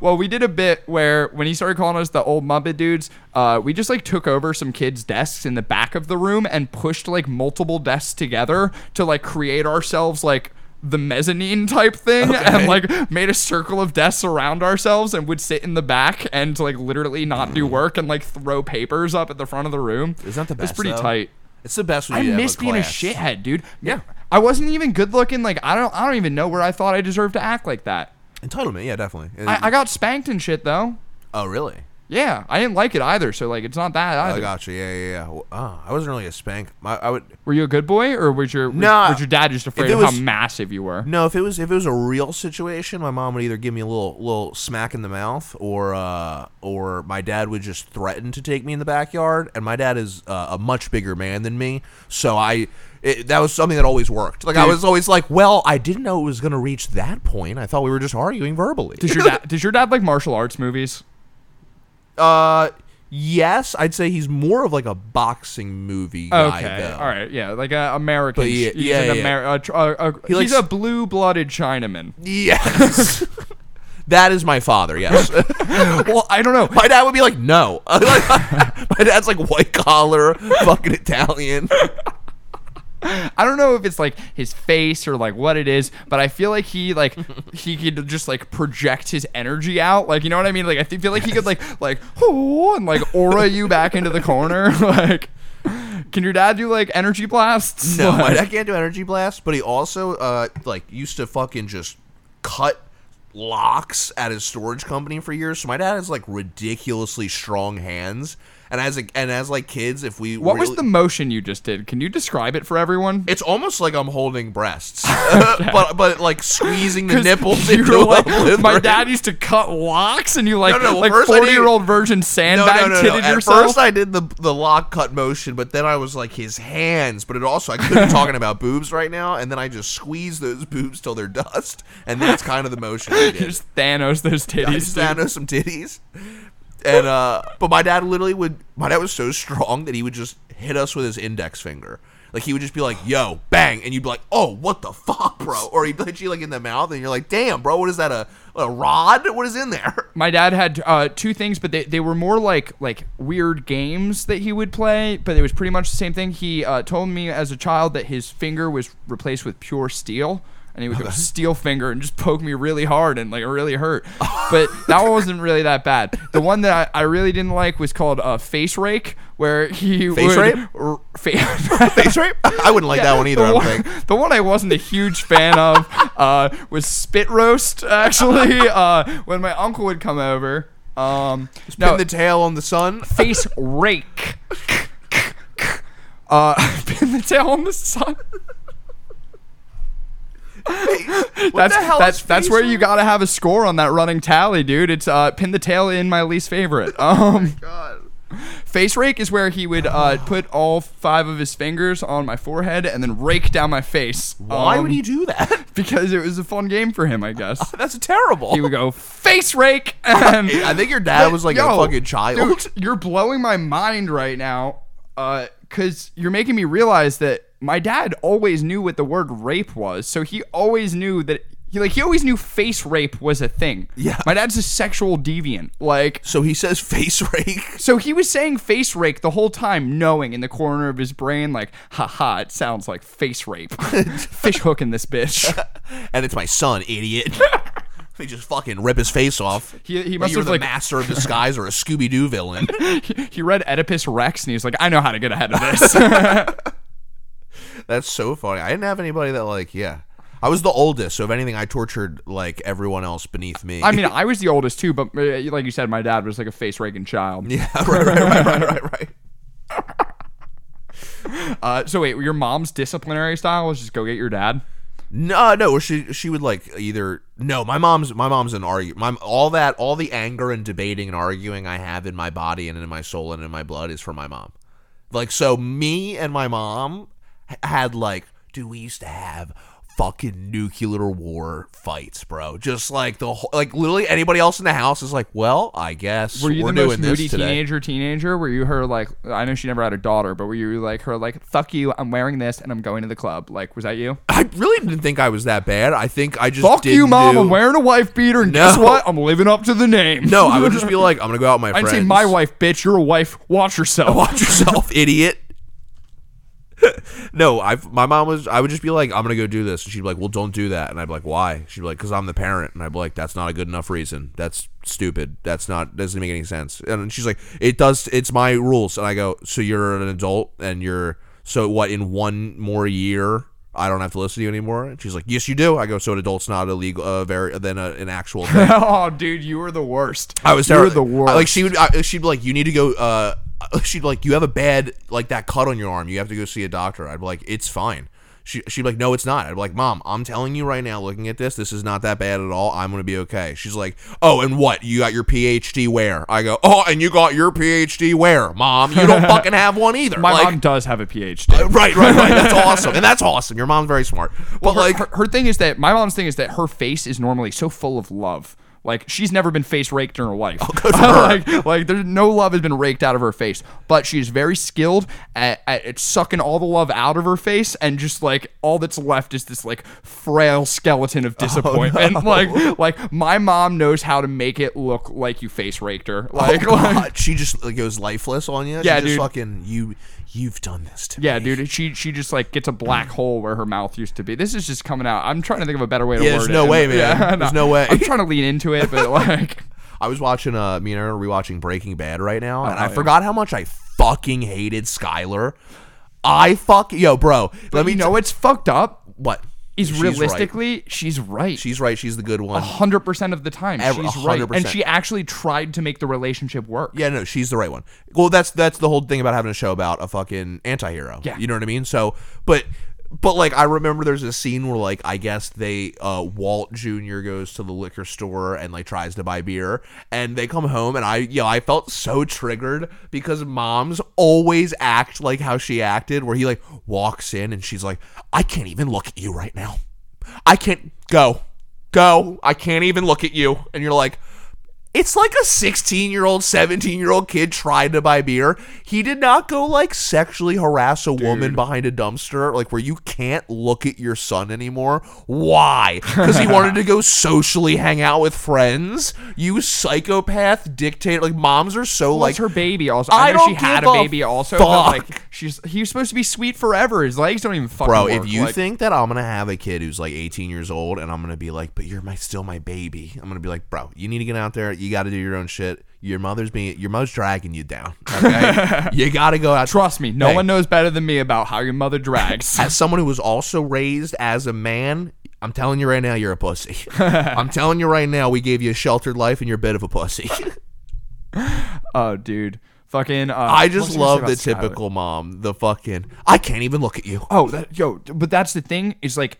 C: well we did a bit where when he started calling us the old muppet dudes uh, we just like took over some kids desks in the back of the room and pushed like multiple desks together to like create ourselves like the mezzanine type thing and like made a circle of desks around ourselves and would sit in the back and like literally not do work and like throw papers up at the front of the room
D: Mm. It's not the best.
C: it's pretty
D: though.
C: tight
D: It's the best. When
C: I
D: you have
C: miss being a
D: class.
C: shithead, dude.
D: Yeah.
C: I wasn't even good looking. Like I don't I don't even know where I thought I deserved to act like that.
D: Entitlement, yeah, definitely.
C: I, I got spanked and shit though.
D: oh, really?
C: Yeah. I didn't like it either, so like it's not that
D: I
C: either.
D: gotcha. Yeah, yeah, yeah. Well, ah, I wasn't really a spank. My, I would.
C: Were you a good boy or was your was-
D: Nah,
C: was your dad just afraid
D: it
C: of
D: was-
C: how massive you were?
D: No, if it was if it was a real situation, my mom would either give me a little little smack in the mouth, or uh, or my dad would just threaten to take me in the backyard. And my dad is uh, a much bigger man than me, so I it, that was something that always worked. Like I
C: Dude.
D: was always like, well, I didn't know it was gonna reach that point. I thought we were just arguing verbally.
C: Does your dad does your dad like martial arts movies?
D: uh, yes, I'd say he's more of like a boxing movie guy.
C: Okay.
D: though.
C: All right. Yeah. Like an American.
D: But yeah-
C: he's
D: yeah,
C: an
D: yeah.
C: Ameri- a tr- a- a-
D: He
C: he's
D: likes-
C: a blue-blooded Chinaman.
D: Yes. That is my father, yes.
C: well, I don't know.
D: My dad would be like, no. my dad's like white collar, fucking Italian.
C: I don't know if it's like his face or like what it is, but I feel like he like he could just like project his energy out, like you know what I mean? Like I th- feel like he could like like oh and like aura you back into the corner. like, can your dad do like energy blasts?
D: No, my
C: Like-
D: dad can't do energy blasts, but he also uh like used to fucking just cut locks at his storage company for years. So my dad has like ridiculously strong hands. And as a, and as like kids, if we
C: What was
D: really-
C: the motion you just did? Can you describe it for everyone?
D: It's almost like I'm holding breasts, but but like squeezing the
C: 'Cause
D: nipples
C: you
D: into
C: were
D: a
C: like, my
D: Slytherin.
C: dad used to cut locks, and you like
D: no, well,
C: like
D: first I
C: forty
D: didn't-
C: year old virgin
D: No,
C: sandbag
D: no, no, no.
C: titted
D: At
C: yourself.
D: first, I did the the lock cut motion, but then I was like his hands. But it also I couldn't be talking about boobs right now, and then I just squeeze those boobs till they're dust, and that's kind of the motion I did.
C: just Thanos those
D: I
C: titties.
D: just
C: dude.
D: found out some titties. And uh but my dad literally would my dad was so strong that he would just hit us with his index finger. Like he would just be like, yo, bang, and you'd be like, Oh, what the fuck, bro? Or he'd hit you like in the mouth and you're like, damn, bro, what is that? A a rod? What is in there?
C: my dad had uh, two things, but they, they were more like like weird games that he would play. But it was pretty much the same thing. He uh, told me as a child that his finger was replaced with pure steel, and he
D: Oh,
C: would go steel finger and just poke me really hard and like really hurt. But that one wasn't really that bad. The one that I, I really didn't like was called uh, face rake, where he
D: Face
C: would
D: rape?
C: r- fa-
D: Face rape? I wouldn't like that one either,
C: the
D: I don't
C: one,
D: think.
C: the one I wasn't a huge fan of uh, was spit roast. Actually, uh, when my uncle would come over, um,
D: Pin
C: no,
D: the tail on the sun.
C: face rake. Uh, pin the tail on the sun. that's
D: the hell
C: that's
D: is
C: that's
D: face
C: where you gotta have a score on that running tally, dude. It's uh, pin the tail in my least favorite. Um,
D: Oh God.
C: face rake is where he would uh, put all five of his fingers on my forehead and then rake down my face.
D: Why would
C: Um,
D: he do that?
C: because it was a fun game for him, I guess.
D: That's terrible.
C: He would go face rake, and
D: I think your dad was like
C: Yo,
D: a fucking child.
C: dude, you're blowing my mind right now, uh, because you're making me realize that my dad always knew what the word rape was, so he always knew that. He, like he always knew face rape was a thing.
D: Yeah.
C: my dad's a sexual deviant. Like,
D: So he says face rake.
C: so he was saying face rake the whole time, knowing in the corner of his brain, like, haha, it sounds like face rape, fish hook in this bitch.
D: and it's my son, idiot. They just fucking rip his face off.
C: He- he must
D: you're
C: have,
D: the
C: like-
D: master of disguise or a Scooby Doo villain.
C: he, he read Oedipus Rex and he was like, I know how to get ahead of this.
D: That's so funny. I didn't have anybody that like, yeah. I was the oldest, so if anything, I tortured like everyone else beneath me.
C: I mean, I was the oldest too, but uh, like you said, my dad was like a face raking child.
D: yeah, right, right, right, right, right, right.
C: Uh, so wait, your mom's disciplinary style was just go get your dad.
D: No, no. She she would like either no. My mom's my mom's an argue. My all that all the anger and debating and arguing I have in my body and in my soul and in my blood is from my mom. Like so, me and my mom h- had like, dude, we used to have fucking nuclear war fights, bro. Just like the whole, like literally anybody else in the house is like, well, I guess
C: Were you
D: we're
C: the most
D: doing this
C: moody
D: today.
C: teenager? Teenager? Were you her like? I know she never had a daughter, but were you like her like? Fuck you! I'm wearing this and I'm going to the club. Like, was that you?
D: I really didn't think I was that bad. I think I just
C: Fuck you,
D: didn't
C: mom!
D: do-
C: I'm wearing a wife beater, and
D: No.
C: guess what? I'm living up to the name.
D: No, I would just be like, I'm gonna go out with my
C: I'd
D: friends.
C: say my wife, bitch. You're a wife. Watch yourself.
D: watch yourself, idiot. no, I my mom was I would just be like, I'm gonna go do this, and she'd be like, Well, don't do that, and I'd be like, Why? She'd be like, Because I'm the parent, and I'd be like, That's not a good enough reason. That's stupid. That's not doesn't make any sense. And she's like, It does. It's my rules, and I go, So you're an adult, and you're so what? In one more year. I don't have to listen to you anymore. And she's like, "Yes, you do." I go, "So an adult's not illegal, uh, very then a, an actual thing."
C: oh, dude, you were the worst.
D: I was
C: You were
D: terrible.
C: the worst.
D: Like she would, I, she'd be like, "You need to go." Uh, she'd be like, "You have a bad like that cut on your arm. You have to go see a doctor." I'd be like, "It's fine." She, she'd be like, "No, it's not." I'd be like, "Mom, I'm telling you right now. Looking at this, this is not that bad at all. I'm gonna be okay." She's like, "Oh, and what? You got your PhD where?" I go, "Oh, and you got your PhD where, Mom? You don't fucking have one either."
C: My
D: like,
C: mom does have a PhD.
D: Right, right, right. That's awesome, and that's awesome. Your mom's very smart. But
C: her,
D: like,
C: her, her thing is that my mom's thing is that her face is normally so full of love. Like she's never been face raked in her life. like like there's no love has been raked out of her face, but she's very skilled at, at, at sucking all the love out of her face, and just like all that's left is this like frail skeleton of disappointment. Like like my mom knows how to make it look like you face raked her. Like, like
D: oh God, she just like, goes lifeless on you. She
C: Yeah,
D: just
C: dude.
D: Fucking you, you've done this to
C: yeah,
D: me.
C: dude, she she just like gets a black hole where her mouth used to be. This is just coming out. I'm trying to think of a better way to
D: Yeah,
C: word
D: there's
C: it.
D: no way, man.
C: Yeah,
D: There's no way.
C: I'm trying to lean into it, but like.
D: I was watching uh me and Aaron are rewatching Breaking Bad right now, and I forgot how much I fucking hated Skyler. I fuck yo, bro. Let me
C: you know it's fucked up.
D: what?
C: is
D: She's right.
C: realistically she's right.
D: She's right. She's the good one.
C: hundred percent of the time
D: Ever-
C: she's right, and
D: 100%.
C: she actually tried to make the relationship work.
D: Yeah, no, she's the right one. Well, that's that's the whole thing about having a show about a fucking antihero.
C: Yeah.
D: You know what I mean? So, but but like I remember there's a scene where like I guess they uh Walt Jr. goes to the liquor store and like tries to buy beer and they come home and I yeah, I felt so triggered because moms always act like how she acted where he like walks in and she's like, "I can't even look at you right now. I can't go. Go. I can't even look at you." And you're like, it's like a 16 year old, 17 year old kid trying to buy beer. He did not go like sexually harass a woman behind a dumpster, like where you can't look at your son anymore. Why? Because he wanted to go socially hang out with friends. You psychopath dictator. Like moms are so
C: Well,
D: like
C: it's her baby also.
D: I
C: I, know she
D: don't
C: had
D: give
C: a
D: a
C: baby also, but
D: fuck.
C: like she's he was supposed to be sweet forever. His legs don't even fucking
D: Bro,
C: work.
D: if you
C: like,
D: think that I'm gonna have a kid who's like 18 years old and I'm gonna be like, but you're my still my baby, I'm gonna be like, bro, you need to get out there. You got to do your own shit. Your mother's being, your mother's dragging you down. Okay, you got to go out.
C: trust me, no
D: Hey.
C: one knows better than me about how your mother drags.
D: As someone who was also raised as a man, I'm telling you right now, you're a pussy. I'm telling you right now, we gave you a sheltered life and you're a bit of a pussy.
C: oh, dude, fucking. Uh,
D: I
C: what was
D: just
C: gonna say
D: love
C: about
D: the
C: Skylar?
D: typical mom, the fucking, I can't even look at you.
C: Oh, that, yo, but that's the thing is like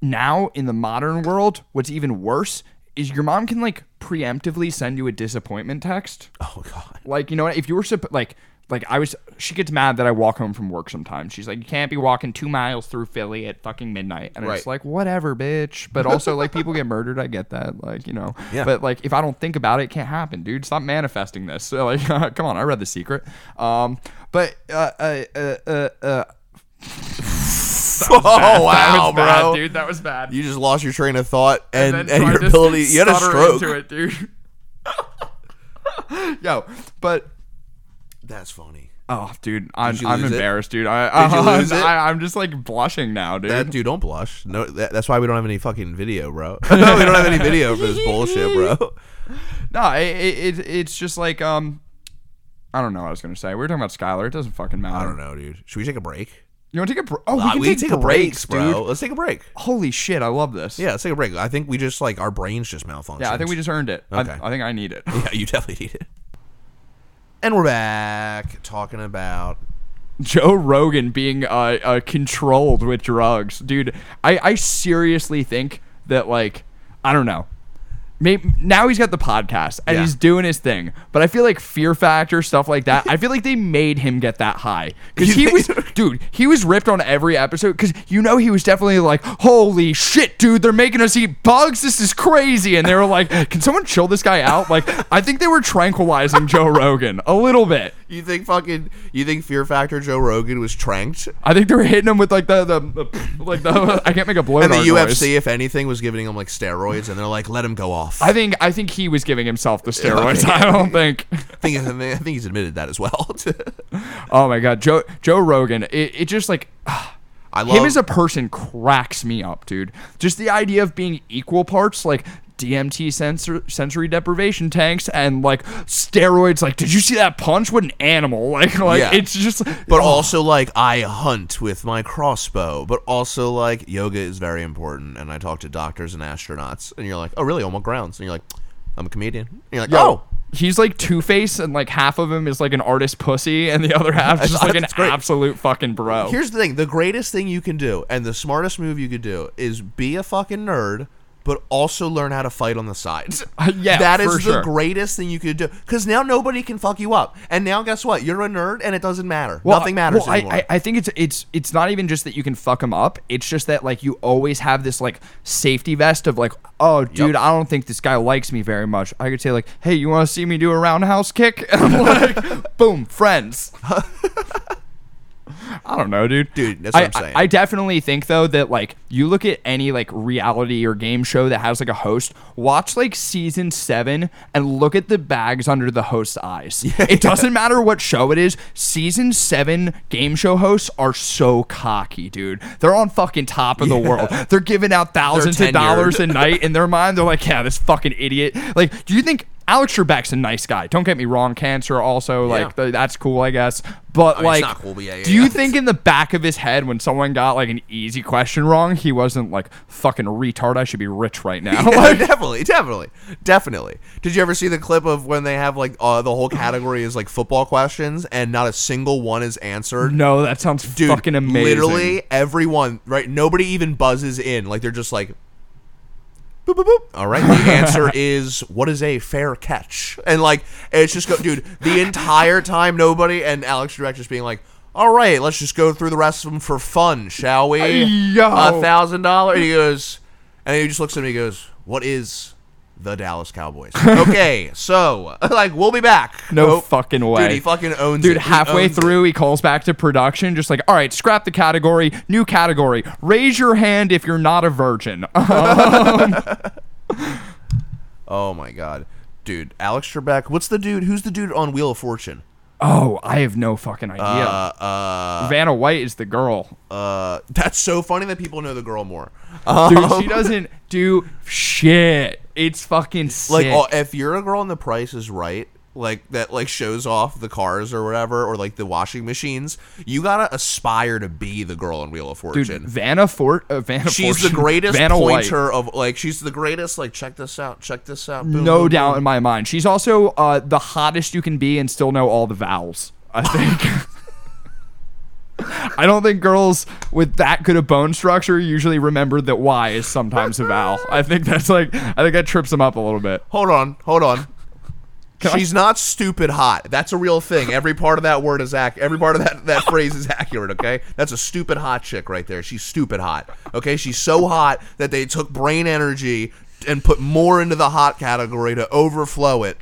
C: now in the modern world, what's even worse is your mom can like preemptively send you a disappointment text.
D: Oh god.
C: Like, you know what? If you were supp- like, like I was, she gets mad that I walk home from work sometimes. She's like, you can't be walking two miles through Philly at fucking midnight. And
D: Right.
C: it's like, whatever, bitch. But also, like, people get murdered. I get that. Like, you know.
D: Yeah.
C: But like, if I don't think about it, it can't happen, dude. Stop manifesting this. So, like, come on, I read The Secret. Um, but uh, uh, uh, uh, uh
D: Oh
C: that
D: wow,
C: was bad,
D: bro.
C: dude. That was bad.
D: You just lost your train of thought and, and,
C: then tried
D: your
C: to
D: ability. You had a
C: stutter
D: stroke.
C: Into it, dude. Yo, but
D: That's funny.
C: oh, dude, I'm,
D: you
C: I'm
D: lose it?
C: embarrassed, dude. I,
D: Did you
C: I,
D: lose it?
C: I, am just like blushing now, dude.
D: That dude, don't blush. No, that, that's why we don't have any fucking video, bro. we don't have any video for this bullshit, bro.
C: no, i- i it, it's just like um, I don't know. what I was gonna say we were talking about Skylar. It doesn't fucking matter.
D: I don't know, dude. Should we take a break?
C: You want to take a break? Oh, we
D: Uh,
C: can
D: we
C: take,
D: can take
C: breaks,
D: a break,
C: dude.
D: bro. Let's take a break.
C: Holy shit, I love this.
D: Yeah, let's take a break. I think we just like our brains just malfunctioned.
C: yeah. I think we just earned it.
D: Okay.
C: I, I think I need it.
D: Yeah, you definitely need it. And we're back talking about
C: Joe Rogan being uh, uh, controlled with drugs, dude. I, I seriously think that like I don't know. Maybe now he's got the podcast and
D: Yeah.
C: he's doing his thing, but I feel like Fear Factor stuff like that. I feel like they made him get that high because he
D: You
C: was,
D: think-
C: dude, he was ripped on every episode because you know he was definitely like, "Holy shit, dude, they're making us eat bugs. This is crazy." And they were like, "Can someone chill this guy out?" Like, I think they were tranquilizing Joe Rogan a little bit.
D: you think fucking you think Fear Factor Joe Rogan was tranked
C: I think they were hitting him with like the the, the like the I can't make a blow.
D: and the
C: dart
D: UFC,
C: noise.
D: if anything, was giving him like steroids, and they're like, let him go off.
C: I think I think he was giving himself the steroids. I don't think.
D: think I think he's admitted that as well.
C: Oh my god, Joe Joe Rogan. It, it just like
D: I love
C: him as a person cracks me up, dude. Just the idea of being equal parts like DMT sensor, sensory deprivation tanks and like steroids. Like, did you see that punch? What an animal! Like, like
D: Yeah.
C: it's just.
D: but also like I hunt with my crossbow. But also like yoga is very important, and I talk to doctors and astronauts. And you're like, oh really? On what grounds? And you're like, I'm a comedian. And you're like,
C: Yo,
D: oh.
C: He's like Two Face, and like half of him is like an artist pussy, and the other half is just like an
D: That's great.
C: absolute fucking bro.
D: Here's the thing: the greatest thing you can do, and the smartest move you could do, is be a fucking nerd, but also learn how to fight on the sides.
C: Yeah,
D: that is
C: for
D: the
C: sure.
D: greatest thing you could do, because now nobody can fuck you up, and now guess what? You're a nerd, and it doesn't matter.
C: Well,
D: Nothing matters
C: well, I-
D: anymore.
C: I, I think it's it's it's not even just that you can fuck them up. It's just that like you always have this like safety vest of like, oh dude, I don't think this guy likes me very much. I could say like, hey, you want to see me do a roundhouse kick? And like, boom, friends. I don't know, dude.
D: Dude, that's what
C: I,
D: I'm saying.
C: I, I definitely think though that like you look at any like reality or game show that has like a host, watch like season seven and look at the bags under the host's eyes. it doesn't matter what show it is. Season seven game show hosts are so cocky, dude. They're on fucking top of the world. They're giving out thousands of
D: tenured.
C: dollars a night in their mind. They're like, yeah, this fucking idiot. Like, do you think? Alex Trebek's a nice guy. Don't get me wrong. Cancer also like th- that's cool, I guess. But
D: mean,
C: like,
D: it's not cool, but yeah, yeah,
C: do you
D: yeah.
C: think in the back of his head when someone got like an easy question wrong, he wasn't like fucking retard? I should be rich right now.
D: Yeah,
C: Like,
D: definitely, definitely, definitely. Did you ever see the clip of when they have like uh, the whole category is like football questions and not a single one is answered?
C: no, that sounds
D: Dude,
C: fucking amazing.
D: Literally everyone, right? Nobody even buzzes in. Like they're just like, boop, boop, boop. All right, the answer is what is a fair catch? And like it's just go, dude. The entire time, nobody and Alex Trebek just being like. All right, let's just go through the rest of them for fun, shall we?
C: Yo.
D: A thousand dollars. He goes, and he just looks at me. and goes, "What is the Dallas Cowboys?" okay, so like we'll be back.
C: No
D: Nope.
C: fucking
D: oh, Dude, um,
C: way.
D: he fucking owns
C: Dude,
D: it. He
C: halfway
D: owns it.
C: through, he calls back to production, just like, all right, scrap the category, new category. Raise your hand if you're not a virgin.
D: Oh my god, dude, Alex Trebek. What's the dude? Who's the dude on Wheel of Fortune?
C: oh, I have no fucking idea. Vanna White is the girl.
D: Uh, that's so funny that people know the girl more. Uh,
C: Dude, she doesn't do shit. It's fucking sick.
D: Like, oh, if you're a girl and the price is right, like that, like shows off the cars or whatever, or like the washing machines, you gotta aspire to be the girl on Wheel of Fortune.
C: Dude, Vanna Fort, uh, Vanna.
D: She's the
C: Fortune-
D: greatest
C: Vanna White.
D: pointer of like she's the greatest like check this out, check this out. boom,
C: No
D: boom,
C: doubt
D: boom.
C: in my mind. She's also uh, the hottest you can be and still know all the vowels. I think. I don't think girls with that good a bone structure usually remember that Y is sometimes a vowel. I think that's like I think that trips them up a little bit.
D: Hold on, hold on.
C: Can I-
D: She's not stupid hot. That's a real thing. Every part of that word is ac- every part of that, that phrase is accurate, okay? That's a stupid hot chick right there. She's stupid hot. Okay? She's so hot that they took brain energy and put more into the hot category to overflow it.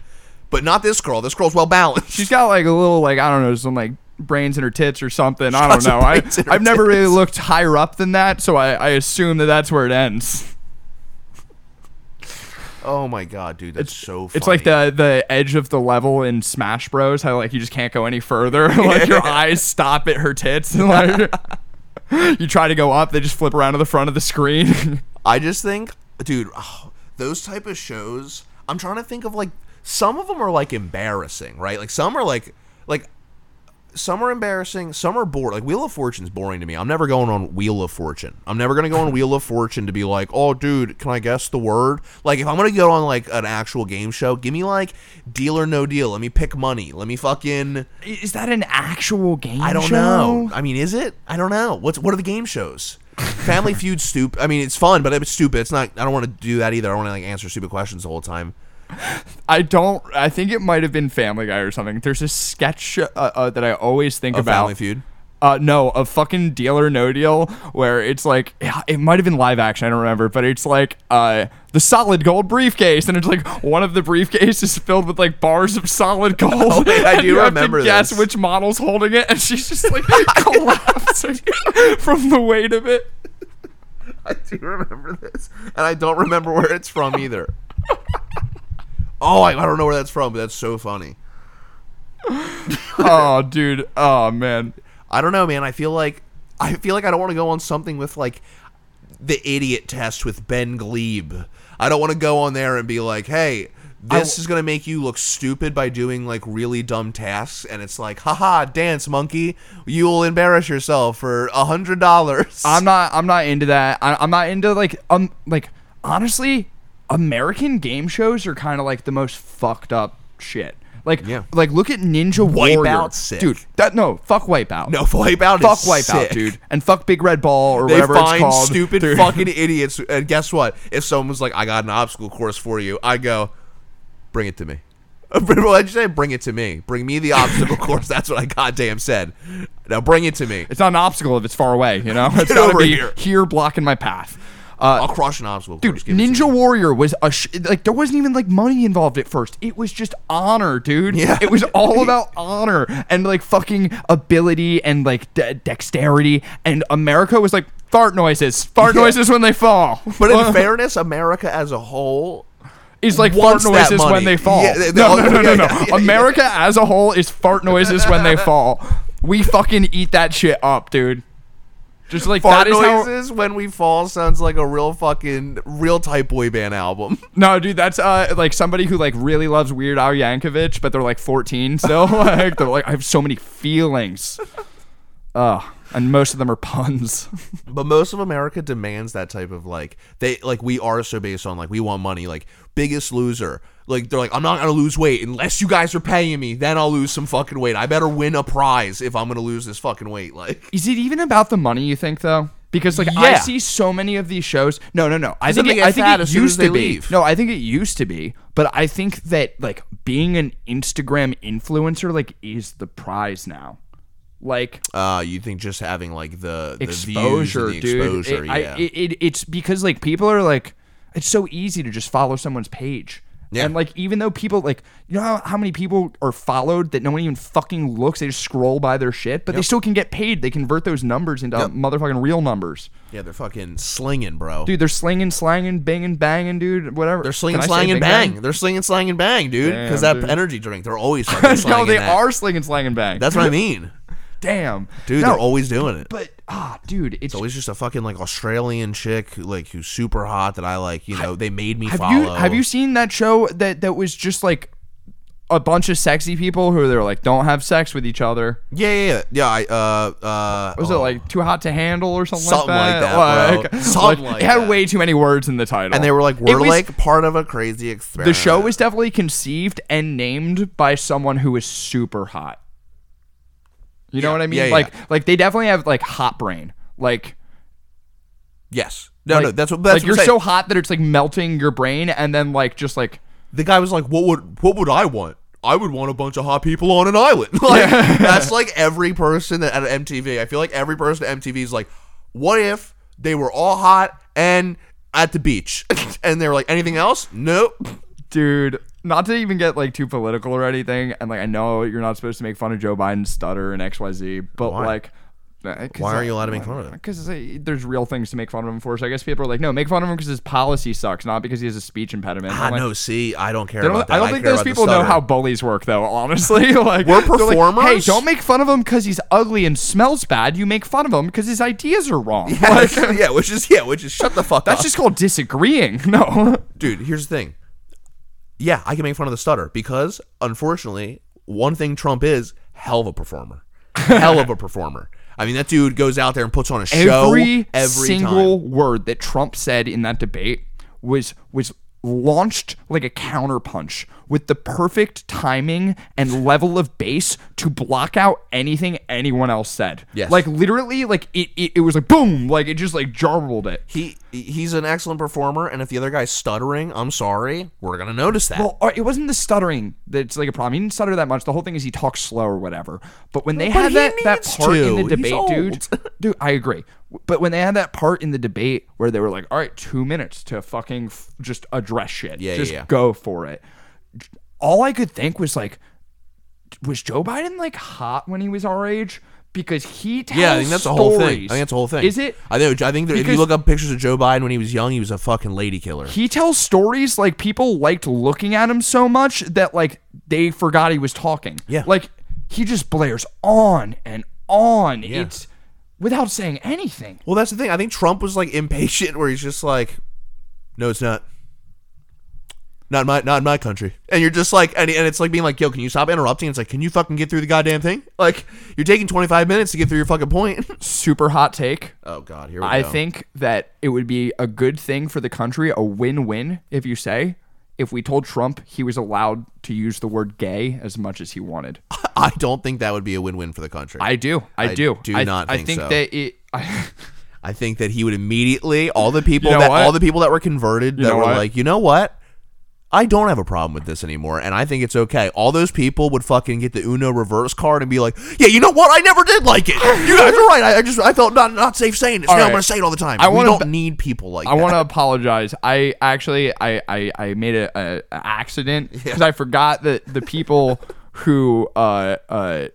D: But not this girl. This girl's well balanced.
C: She's got like a little like I don't know some like brains in her tits or something. I don't
D: some
C: know. I
D: brains in her
C: I've never really
D: tits.
C: looked higher up than that, so I, I assume that that's where it ends.
D: oh my god, dude, that's so funny.
C: It's like the the edge of the level in Smash Bros. How like you just can't go any further. like your eyes stop at her tits, and like you try to go up, they just flip around to the front of the screen.
D: I just think, dude, oh, those type of shows. I'm trying to think of like some of them are like embarrassing, right? Like some are like like some are embarrassing, some are bored. Like Wheel of Fortune's boring to me. I'm never going on Wheel of Fortune. I'm never gonna go on Wheel of Fortune to be like, oh, dude, can I guess the word? Like if I'm gonna go on like an actual game show, give me like Deal or No Deal. Let me pick money. Let me fucking
C: Is that an actual game?
D: I don't
C: show?
D: know. I mean, is it? I don't know. What's what are the game shows? Family Feud, stupid. I mean, it's fun, but it's stupid. It's not. I don't want to do that either. I want to like answer stupid questions the whole time.
C: I don't. I think it might have been Family Guy or something. There's a sketch show, uh, uh, that I always think
D: Of
C: about.
D: Family Feud.
C: Uh, no, a fucking deal or no deal where it's like yeah, it might have been live action, I don't remember, but it's like uh the solid gold briefcase, and it's like one of the briefcases is filled with like bars of solid gold.
D: wait, Oh, I
C: and
D: do
C: you
D: remember
C: have to guess
D: this.
C: which model's holding it, and she's just like collapsing from the weight of it.
D: I do remember this, and I don't remember where it's from either. oh, I, I don't know where that's from, but that's so funny.
C: Oh, dude. Oh man.
D: I don't know, man. I feel like I feel like I don't want to go on something with like the idiot test with Ben Glebe. I don't want to go on there and be like, "Hey, this is going to make you look stupid by doing like really dumb tasks." And it's like, "Haha, dance monkey. You'll embarrass yourself for a hundred dollars."
C: I'm not. I'm not into that. I, I'm not into like um like honestly, American game shows are kind of like the most fucked up shit. Like
D: Yeah.
C: like look at Ninja
D: Wipeout
C: Warrior,
D: sick.
C: dude. That no fuck Wipeout.
D: no wipeout.
C: fuck
D: is
C: Wipeout,
D: sick.
C: dude, and fuck Big Red Ball or
D: They
C: whatever it's
D: find
C: called.
D: stupid
C: dude.
D: fucking idiots, and guess what? If someone's like, "I got an obstacle course for you," I go, "Bring it to me." What'd you say? Bring it to me. Bring me the obstacle course. That's what I goddamn said. Now bring it to me.
C: It's not an obstacle if it's far away. You know, it's
D: Get
C: gotta
D: over
C: be
D: here.
C: blocking my path. Uh,
D: I'll crush an obstacle
C: Dude,
D: course. Give it to
C: Ninja
D: me.
C: Warrior was a sh- like there wasn't even like money involved at first. It was just honor, dude.
D: Yeah.
C: It was all about honor and like fucking ability and like de- dexterity. And America was like fart noises, fart
D: Yeah.
C: noises when they fall.
D: But in fairness, America as a whole,
C: it's like fart
D: wants that
C: noises
D: money.
C: when they fall.
D: Yeah, they- they-
C: no,
D: oh,
C: no, no, no,
D: yeah,
C: no.
D: yeah, yeah, yeah.
C: America as a whole is fart noises when they fall. We fucking eat that shit up, dude. Just like
D: Fart
C: that is how
D: noises when we fall sounds like a real fucking real type boy band album.
C: No, dude, that's uh like somebody who like really loves Weird Al Yankovic, but they're like 14 still. like they're like, I have so many feelings. Oh, and most of them are puns.
D: But most of America demands that type of like they like we are so based on like we want money like biggest loser. Like they're like I'm not going to lose weight unless you guys are paying me, then I'll lose some fucking weight. I better win a prize if I'm going to lose this fucking weight like.
C: is it even about the money? You think though? Because like I
D: Yeah.
C: see so many of these shows. No, no, no. I think
D: then
C: it,
D: they get
C: I think
D: fat
C: it
D: as soon as
C: used
D: they
C: to be.
D: leave.
C: No, I think it used to be. But I think that like being an Instagram influencer like is the prize now. Like
D: Uh you think just having like the the
C: exposure,
D: views and the
C: dude.
D: exposure,
C: it, I-
D: yeah.
C: it, it- it's because like people are like, it's so easy to just follow someone's page.
D: Yeah.
C: And like, even though people like, you know how, how many people are followed that no one even fucking looks. They just scroll by their shit, but they still can get paid. They convert those numbers into motherfucking real numbers,
D: yeah, they're fucking slinging, bro.
C: dude. They're slinging, slanging, banging, banging, dude. Whatever.
D: They're slinging, slang, and bang. They're slinging, slang, and bang, dude. Because that
C: Damn, dude.
D: energy drink, they're always fucking slanging.
C: no, they
D: that.
C: are slinging, slanging, bang.
D: That's what I mean,
C: damn,
D: dude.
C: No,
D: they're always doing it.
C: But ah, dude, it's
D: It's always just a fucking like Australian chick, who, like who's super hot that I like. You know, they made me
C: Have
D: follow.
C: you have you seen that show that that was just like a bunch of sexy people who they're like don't have sex with each other?
D: Yeah, yeah, yeah. yeah I uh uh.
C: Was it
D: oh.
C: like too hot to handle or something,
D: Something
C: like
D: like
C: that?
D: that, bro. Something like
C: it had
D: that.
C: way too many words in the title,
D: And they were like,
C: It
D: we're
C: was-
D: like part of a crazy experiment.
C: the show was definitely conceived and named by someone who is super hot. You know what I mean?
D: yeah, yeah.
C: Like like they definitely have like hot brain. Like
D: yes. No,
C: like-
D: no. That's what. That's
C: like
D: what
C: you're
D: I'm saying.
C: so hot that it's like melting your brain and then like just like
D: the guy was like, "What would what would I want? I would want a bunch of hot people on an island." Like that's like every person at at MTV. I feel like every person at MTV is like, "What if they were all hot and at the beach?" and they're like, "Anything else? Nope."
C: dude not to even get like too political or anything and like i know you're not supposed to make fun of joe biden's stutter and xyz but
D: Why?
C: like uh, 'cause,
D: Why are
C: uh,
D: you allowed to make fun of them?
C: because uh, there's real things to make fun of him for. So I guess people are like, no, make fun of him because his policy sucks, not because he has a speech impediment.
D: I
C: I'm like,
D: know. See, I don't care
C: I don't,
D: Ah, about that.
C: I don't think
D: care
C: those
D: about the
C: people know
D: stutter.
C: how bullies work, though. Honestly, like
D: We're
C: they're like, hey,
D: performers?
C: don't make fun of him because he's ugly and smells bad. You make fun of him because his ideas are wrong. Like,
D: yeah, which is yeah, which is shut the fuck
C: that's
D: up.
C: just called disagreeing. No,
D: dude here's the thing yeah i can make fun of the stutter because unfortunately one thing trump is hell of a performer hell of a performer i mean that dude goes out there and puts on a show
C: every,
D: every
C: single
D: time.
C: word that Trump said in that debate was was launched like a counterpunch with the perfect timing and level of bass to block out anything anyone else said.
D: Yes.
C: Like literally like it, it, it was like boom, like it just like jarbled it.
D: he he's an excellent performer and if the other guy's stuttering i'm sorry we're gonna notice that
C: Well, or it wasn't the stuttering that's like a problem. He didn't stutter that much. The whole thing is he talks slow or whatever. But when they
D: But
C: had
D: he
C: that, that
D: needs
C: part in
D: to.
C: the
D: He's
C: debate, dude,
D: old.
C: dude, I agree. But when they had that part in the debate where they were like, "All right, two minutes to fucking f- just address shit,
D: yeah,
C: just
D: yeah.
C: go for it," all I could think was like, "Was Joe Biden like hot when he was our age?" Because he tells
D: yeah, I think that's the
C: stories.
D: whole thing. I think that's the whole thing.
C: Is it?
D: I think. I think that if you
C: Because-
D: look up pictures of Joe Biden when he was young, he was a fucking lady killer.
C: he tells stories like people liked looking at him so much that like they forgot he was talking.
D: Yeah.
C: Like he just blares on and on. It's without saying anything.
D: Well, that's the thing. I think Trump was like impatient, where he's just like, "No, it's not. Not in my, not in my country." And you're just like, and, and it's like being like, "Yo, can you stop interrupting?" It's like, "Can you fucking get through the goddamn thing?" Like, you're taking 25 minutes to get through your fucking point.
C: Super hot take.
D: Oh God, here we
C: I
D: go.
C: think that it would be a good thing for the country, a win-win, if you say, if we told Trump he was allowed to use the word gay as much as he wanted.
D: I don't think that would be a win-win for the country.
C: I do. I,
D: I
C: do.
D: do
C: I,
D: not
C: I
D: think
C: think
D: so.
C: that it I,
D: I think that he would immediately all the people
C: You know
D: that
C: what?
D: all the people that were converted that
C: know
D: were
C: what?
D: like, you know what? I don't have a problem with this anymore, and I think it's okay. All those people would fucking get the Uno reverse card and be like, "Yeah, you know what? I never did like it. You guys are right. I, I just I felt not not safe saying it. So now
C: right.
D: I'm gonna say it all the time.
C: I
D: we
C: wanna
D: don't
C: ba-
D: need people like
C: I
D: that.
C: want to apologize. I actually I I, I made a, a, a accident because I forgot that the people who uh uh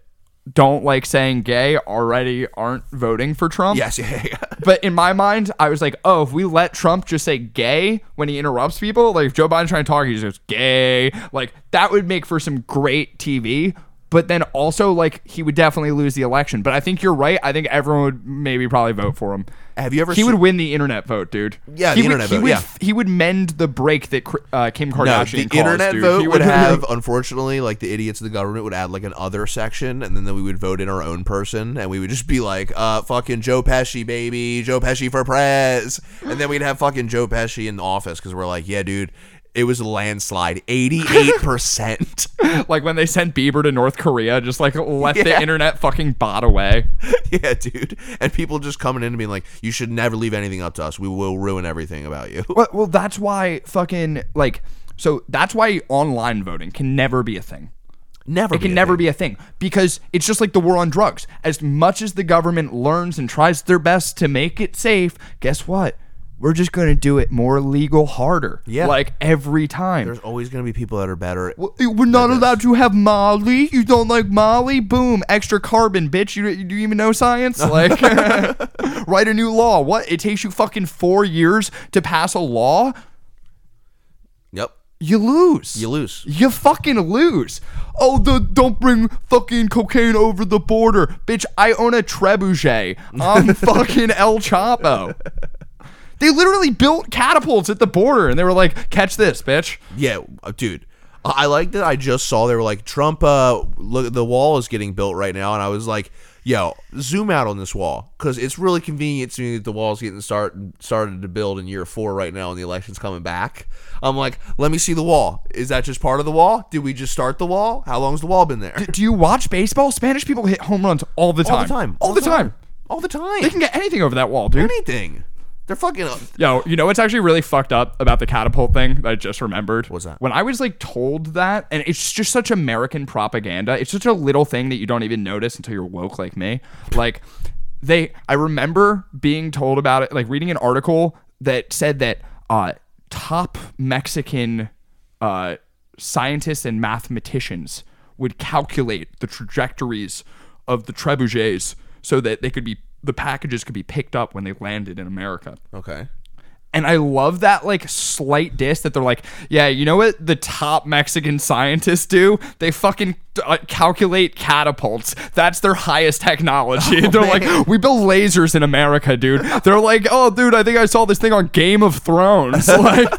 C: don't like saying gay already aren't voting for Trump.
D: Yes, yeah, yeah.
C: But in my mind, I was like, oh, if we let Trump just say gay when he interrupts people, like if Joe Biden's trying to talk, he just goes gay. Like that would make for some great TV. But then also, like, he would definitely lose the election. But I think you're right. I think everyone would maybe probably vote for him.
D: Have you ever
C: He would
D: seen-
C: win the internet vote, dude.
D: Yeah,
C: he
D: the
C: would,
D: internet
C: he
D: vote,
C: Would,
D: yeah.
C: He would mend the break that Kr- uh, Kim Kardashian
D: No, the
C: caused,
D: internet
C: dude.
D: vote
C: He
D: would have, unfortunately, like the idiots of the government would add like an other section, and then we would vote in our own person, and we would just be like, uh, fucking Joe Pesci, baby, Joe Pesci for prez, and then we'd have fucking Joe Pesci in the office because we're like, yeah, dude, it was a landslide, eighty-eight percent.
C: like when they sent Bieber to North Korea, just like let
D: Yeah.
C: the internet fucking bot away.
D: Yeah, dude, and people just coming in and being like, you should never leave anything up to us. We will ruin everything about you.
C: Well, well, that's why fucking like so that's why online voting can never be a thing.
D: Never.
C: It can never be a thing because it's just like the war on drugs. As much as the government learns and tries their best to make it safe, guess what? We're just going to do it more legal, harder.
D: Yeah.
C: Like every time.
D: There's always gonna be people that are better.
C: Well, We're not allowed to have Molly. You don't like Molly? Boom. Extra carbon, bitch. You, you do even know science? Like, write a new law. What? It takes you fucking four years to pass a law?
D: Yep.
C: You lose.
D: You lose.
C: You fucking lose. Oh, the don't bring fucking cocaine over the border, bitch. I own a trebuchet. I'm fucking El Chapo. They literally built catapults at the border, and they were like, "Catch this, bitch."
D: Yeah, uh, dude. I I like that I just saw they were like Trump uh look the wall is getting built right now and I was like, yo, zoom out on this wall cuz it's really convenient to me that the wall's getting start started to build in year 4 right now and the election's coming back. I'm like, let me see the wall. Is that just part of the wall? Did we just start the wall? How long's the wall been there?
C: Do you watch baseball? Spanish people hit home runs all the time.
D: All the time.
C: All, the time.
D: All the time.
C: They can get anything over that wall, dude.
D: anything. They're fucking
C: Yo, you know what's actually really fucked up about the catapult thing that I just remembered?
D: What's that?
C: When I was like told that, and it's just such American propaganda. It's such a little thing that you don't even notice until you're woke like me. Like they, I remember being told about it, like reading an article that said that uh, top Mexican uh, scientists and mathematicians would calculate the trajectories of the trebuchets so that they could be the packages could be picked up when they landed in America.
D: Okay.
C: And I love that like slight diss that they're like, yeah, you know what the top Mexican scientists do? They fucking uh, calculate catapults. That's their highest technology. they're like, we build lasers in America, dude. they're like, oh, dude, I think I saw this thing on Game of Thrones. Like,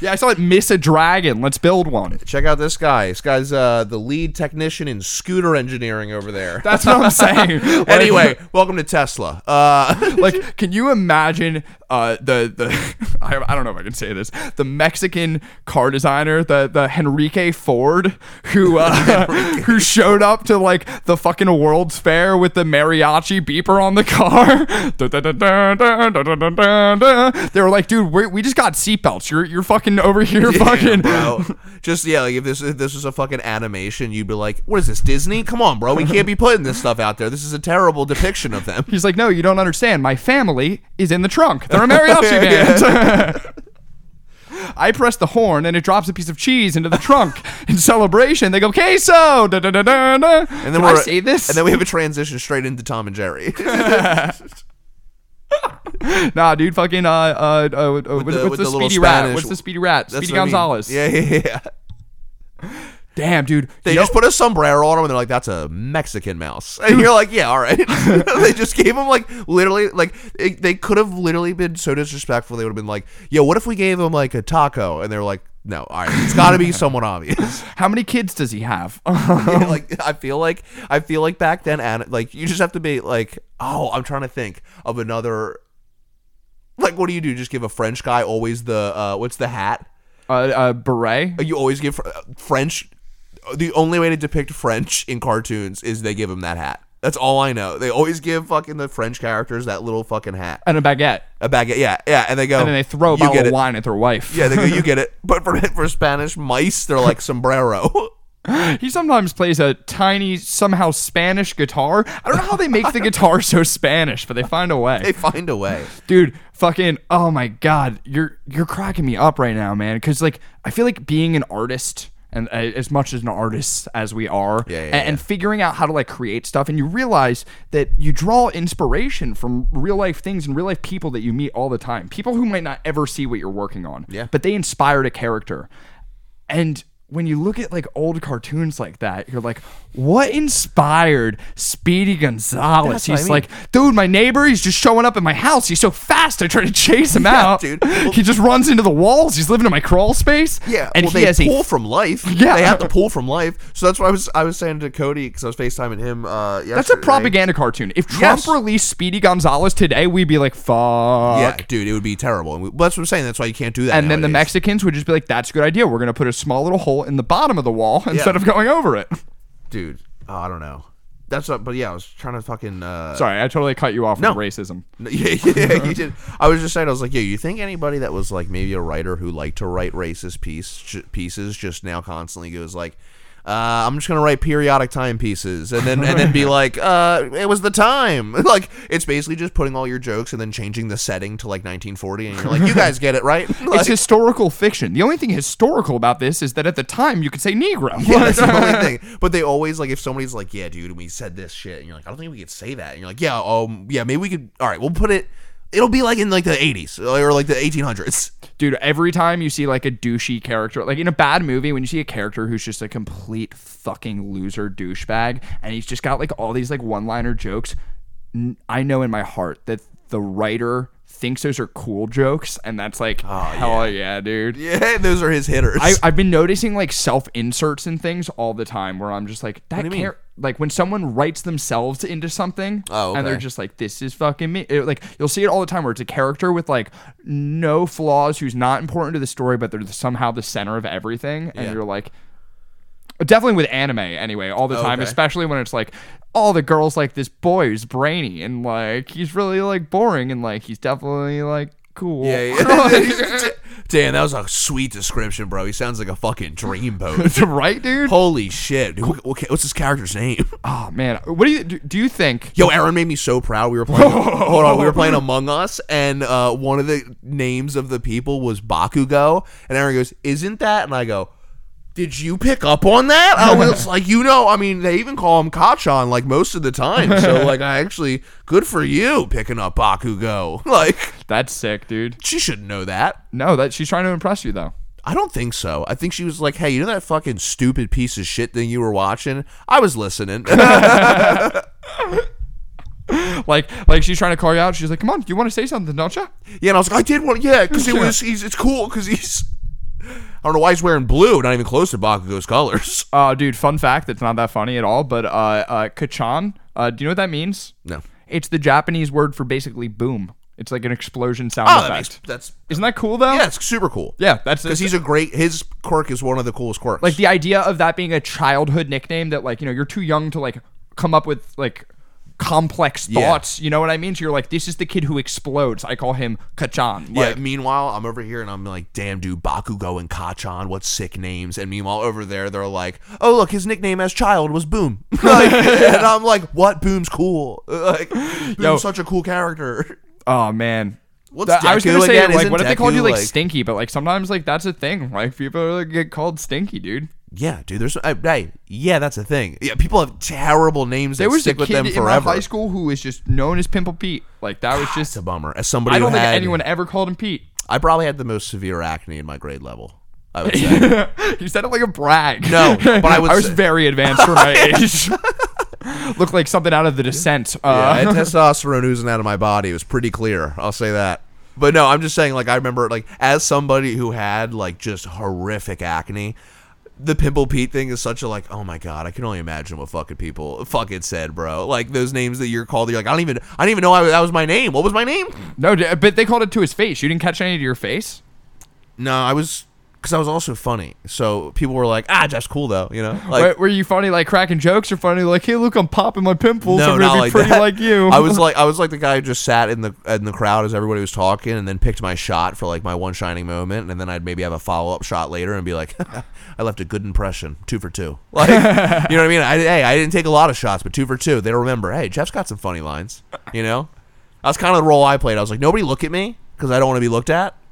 C: yeah, I saw it miss a dragon. Let's build one.
D: Check out this guy. This guy's uh, the lead technician in scooter engineering over there.
C: That's what I'm saying. Like-
D: anyway, welcome to Tesla. Uh,
C: like can you imagine uh the the I, I don't know if i can say this the mexican car designer the the henrique ford who uh who showed up to like the fucking world's fair with the mariachi beeper on the car they were like dude we, we just got seatbelts you're you're fucking over here fucking
D: bro. Just yeah, like if this if this was a fucking animation, you'd be like, "What is this Disney? Come on, bro, we can't be putting this stuff out there. This is a terrible depiction of them."
C: He's like, no, you don't understand. My family is in the trunk. They're a mariachi band. I press the horn and it drops a piece of cheese into the trunk. In celebration, they go queso. Da, da, da, da, da. And then I
D: we're-
C: say this.
D: and then we have a transition straight into Tom and Jerry
C: nah, dude, fucking uh uh, uh with what's, what's
D: the- with
C: the,
D: the little
C: speedy rat?
D: Spanish-
C: What's the speedy rat?
D: That's
C: Speedy
D: what I mean.
C: Gonzalez.
D: Yeah, yeah, yeah.
C: Damn, dude.
D: They
C: You know-
D: just put a sombrero on him, and they're like, "That's a Mexican mouse," and you're like, "Yeah, all right." they just gave him like literally like it, they could have literally been so disrespectful. They would have been like, "Yo, what if we gave him like a taco?" And they're like, "No, all right, it's got to be someone obvious."
C: how many kids does he have?
D: Yeah,
C: Oh.
D: like I feel like I feel like back then, and like you just have to be like, oh, I'm trying to think of another. Like, what do you do? Just give a French guy always the uh, what's the hat?
C: uh, uh beret.
D: You always give fr- uh, French. The only way to depict French in cartoons is they give him that hat. That's all I know. They always give fucking the French characters that little fucking hat,
C: And a baguette.
D: a baguette. Yeah, yeah, and they go
C: And then they throw a
D: you
C: bottle
D: get
C: of
D: it.
C: wine at their wife.
D: Yeah, they go you get it. But for for Spanish mice, they're like sombrero.
C: He sometimes plays a tiny, somehow Spanish guitar. I don't know how they make the guitar so Spanish, but they find a
D: they
C: way.
D: find a way.
C: Dude, fucking, oh my god, you're you're cracking me up right now, man. Because like, I feel like being an artist. And uh, as much as an artist as we are,
D: Yeah, yeah,
C: and, and figuring out how to like create stuff, and you realize that you draw inspiration from real life things and real life people that you meet all the time. People who might not ever see what you're working on,
D: Yeah.
C: but they inspired a character. And when you look at like old cartoons like that, you're like, what inspired Speedy Gonzalez?
D: That's what I
C: he's
D: mean.
C: like, dude, my neighbor, he's just showing up at my house. He's so fast, I try to chase him out.
D: dude. Well-
C: he just runs into the walls. He's living in my crawl space.
D: Yeah,
C: and
D: well,
C: he
D: they
C: has
D: pull
C: a
D: from life.
C: Yeah.
D: they have to pull from life. So that's what I was I was saying to Cody because I was facetiming him. Uh,
C: that's a
D: yesterday.
C: propaganda cartoon. If Trump
D: Yes.
C: released Speedy Gonzalez today, we'd be like, fuck.
D: Yeah, dude, it would be terrible. And we, that's what I'm saying. That's why you can't do that.
C: And then the
D: nowadays.
C: Mexicans would just be like, that's a good idea. We're going to put a small little hole in the bottom of the wall instead of going over it.
D: dude, oh, I don't know. That's what, but yeah, I was trying to fucking. Uh,
C: Sorry, I totally cut you off
D: No.
C: with racism.
D: No, Yeah, yeah, you did. I was just saying, I was like, yeah, you think anybody that was like maybe a writer who liked to write racist piece sh- pieces just now constantly goes like, uh, I'm just gonna write periodic time pieces and then and then be like, uh, it was the time. Like it's basically just putting all your jokes and then changing the setting to like 1940, and you're like, you guys get it, right? Like,
C: it's historical fiction. The only thing historical about this is that at the time you could say Negro.
D: Yeah, that's the only thing. But they always like if somebody's like, "Yeah, dude, we said this shit," and you're like, "I don't think we could say that," and you're like, "Yeah, um, yeah, maybe we could." All right, we'll put it. It'll be like in like the '80s or like the 1800s.
C: Dude, every time you see like a douchey character, like in a bad movie, when you see a character who's just a complete fucking loser douchebag and he's just got like all these like one liner jokes, n- I know in my heart that the writer thinks those are cool jokes and that's like, hell yeah, dude.
D: Oh, Yeah, those are his hitters.
C: I, I've been noticing like self inserts and things all the time where I'm just like that
D: do you mean?
C: can't like when someone writes themselves into something
D: Oh,
C: and they're
D: okay.
C: just like this is fucking me It- like you'll see it all the time where it's a character with like no flaws who's not important to the story but they're somehow the center of everything and
D: Yeah.
C: you're like definitely with anime anyway all the time
D: Oh, okay.
C: especially when it's like all the girls like this boy who's brainy and like he's really like boring and like he's definitely like cool
D: yeah, yeah. Dan, that was a sweet description, bro. He sounds like a fucking dreamboat.
C: right dude
D: Holy shit! dude. Wh- Okay, what's this character's name?
C: oh man what do you do, do you think
D: Yo, Aaron made me so proud. We were playing. hold on, we were playing Among Us, and uh, one of the names of the people was Bakugo, and Aaron goes, "Isn't that?" And I go, "Did you pick up on that?" I was like, "You know, I mean, they even call him Kachan like most of the time. So like, I actually good for you picking up Bakugo. Like,
C: That's sick, dude.
D: she should know that."
C: No, that she's trying to impress you though.
D: I don't think so. I think she was like, "Hey, you know that fucking stupid piece of shit thing you were watching? I was listening."
C: Like, like she's trying to call you out. She's like, "Come on, you want to say something, don't you?"
D: Yeah, and I was like, I did want, yeah, because it
C: Yeah.
D: was, he's, it's cool because he's, I don't know why he's wearing blue, not even close to Bakugo's colors.
C: Uh, dude, fun fact that's not that funny at all, but uh, uh, kachan. Uh, do you know what that means?
D: No.
C: It's the Japanese word for basically boom. It's like an explosion sound
D: Oh, that
C: effect.
D: makes, that's
C: Isn't that cool though?
D: yeah, it's super cool.
C: Yeah, that's
D: because he's a great. His quirk is one of the coolest quirks.
C: like the idea of that being a childhood nickname that like you know you're too young to like come up with like complex
D: Yeah.
C: thoughts. You know what I mean? So you're like, this is the kid who explodes. I call him kachan.
D: yeah.
C: Like,
D: meanwhile, I'm over here and I'm like, damn, dude, Bakugo and Kachan, what sick names. And meanwhile, over there, they're like, oh look, his nickname as child was Boom, Like, and I'm like, what? Boom's cool. Like, Boom's
C: Yo.
D: such a cool character.
C: Oh man.
D: What's
C: That- I was gonna
D: Deku
C: say
D: again?
C: like
D: Isn't
C: what if they called you
D: Deku,
C: like,
D: like-
C: stinky, but like sometimes like that's a thing. Like people like, get called stinky, dude.
D: Yeah, dude. There's I, hey, yeah, that's a thing. Yeah, people have terrible names that
C: There was
D: stick
C: a
D: with
C: kid
D: them
C: in
D: forever.
C: my high school who was just known as Pimple Pete. Like that was
D: It's
C: just
D: a bummer. As somebody,
C: I don't
D: who
C: think
D: had-
C: anyone ever called him Pete.
D: I probably had the most severe acne in my grade level. I would say.
C: you said it like a brag.
D: No, but I would
C: was
D: say-
C: very advanced for my age. Looked like something out of the descent.
D: yeah, I
C: Uh,
D: had testosterone oozing out of my body. It was pretty clear. I'll say that. But no, I'm just saying. Like I remember, like as somebody who had like just horrific acne. The pimple Pete thing is such a like, oh my god, I can only imagine what fucking people fucking said, bro. Like those names that you're called, you're like, I don't even, I don't even know I, that was my name. What was my name?
C: no, d- but they called it to his face. You didn't catch any to your face.
D: No, I was because I was also funny. So people were like, "Ah, Jeff's cool though," you know. Like,
C: Were- were you funny like cracking jokes or funny like, hey, look, I'm popping my pimples.
D: no,
C: I'm gonna
D: not
C: be
D: like
C: pretty
D: that.
C: like you.
D: I was like, I was like the guy who just sat in the in the crowd as everybody was talking, and then picked my shot for like my one shining moment, and then I'd maybe have a follow up shot later and be like, "I left a good impression, two for two. Like, you know what I mean? I, hey, I didn't take a lot of shots, but two for two. They remember. Hey, Jeff's got some funny lines. You know, that's kind of the role I played. I was like, nobody look at me because I don't want to be looked at.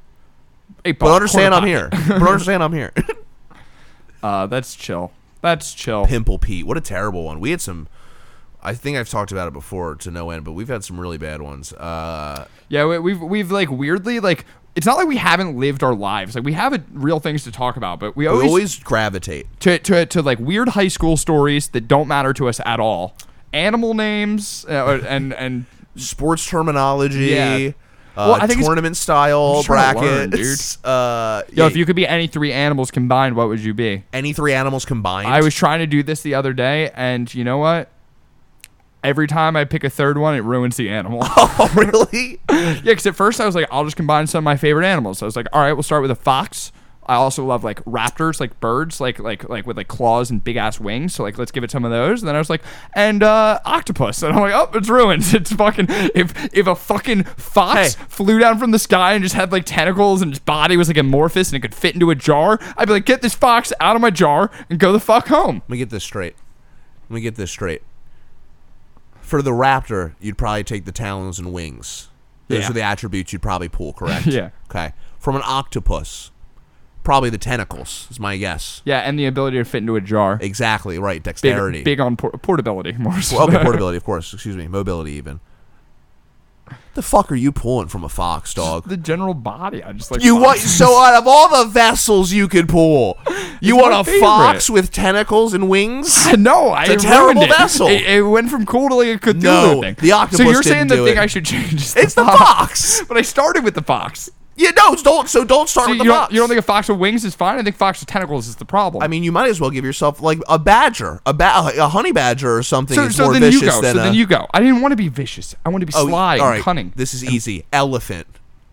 C: Hey,
D: But
C: Bob,
D: understand, I'm
C: corner
D: here. But understand, I'm here.
C: Uh, that's chill. That's chill.
D: Pimple Pete. What a terrible one. We had some. I think I've talked about it before to no end, but we've had some really bad ones. Uh,
C: Yeah, we, we've we've like weirdly like it's not like we haven't lived our lives. Like we have a, real things to talk about, but we
D: We
C: always,
D: always gravitate.
C: to, to to like weird high school stories that don't matter to us at all. Animal names uh, and and
D: Sports terminology.
C: Yeah.
D: Uh,
C: Well, I think it's-
D: tournament style
C: I'm trying to learn,
D: brackets. Uh,
C: yo,
D: yeah,
C: if you could be any three animals combined, what would you be?
D: any three animals combined,
C: I was trying to do this the other day, and you know what? Every time I pick a third one, it ruins the animal.
D: Oh, really?
C: yeah, because at first I was like, I'll just combine some of my favorite animals. So I was like, all right, we'll start with a fox. I also love like raptors, like birds, like like like with like claws and big ass wings. So like, let's give it some of those. And then I was like, and uh, octopus. And I'm like, oh, it's ruined. It's fucking if if a fucking fox
D: Hey.
C: flew down from the sky and just had like tentacles and its body was like amorphous and it could fit into a jar, I'd be like, get this fox out of my jar and go the fuck home.
D: Let me get this straight. Let me get this straight. For the raptor, you'd probably take the talons and wings. Those
C: Yeah.
D: are the attributes you'd probably pull, correct?
C: Yeah.
D: Okay. From an octopus, probably the tentacles is my guess.
C: Yeah, and the ability to fit into a jar.
D: Exactly right. Dexterity.
C: Big, big on por- portability more. So.
D: Well, okay, portability, of course. Excuse me, mobility even. The fuck are you pulling from a fox, dog?
C: the general body. I just like
D: You
C: fox.
D: want so out of all the vessels you could pull, you
C: It's
D: want
C: my
D: a
C: favorite.
D: fox with tentacles and wings?
C: No, I
D: It's a
C: ruined
D: terrible
C: it.
D: vessel.
C: It, it went from cool to like a Cthulhu
D: No,
C: thing.
D: the octopus
C: So you're saying
D: didn't
C: the
D: do
C: thing
D: it.
C: I should change is
D: It's the fox.
C: But I started with the fox.
D: Yeah, no, don't. So don't start
C: So
D: with
C: you
D: the
C: don't,
D: fox.
C: you don't think a fox with wings is fine? I think fox with tentacles is the problem.
D: I mean, you might as well give yourself like a badger, a ba- a honey badger or something.
C: so,
D: is
C: so
D: more
C: then you
D: vicious
C: go.
D: than
C: so
D: a,
C: then you go. I didn't want to be vicious. I want to be
D: Oh,
C: sly
D: all
C: and
D: right,
C: cunning.
D: This is easy. Elephant.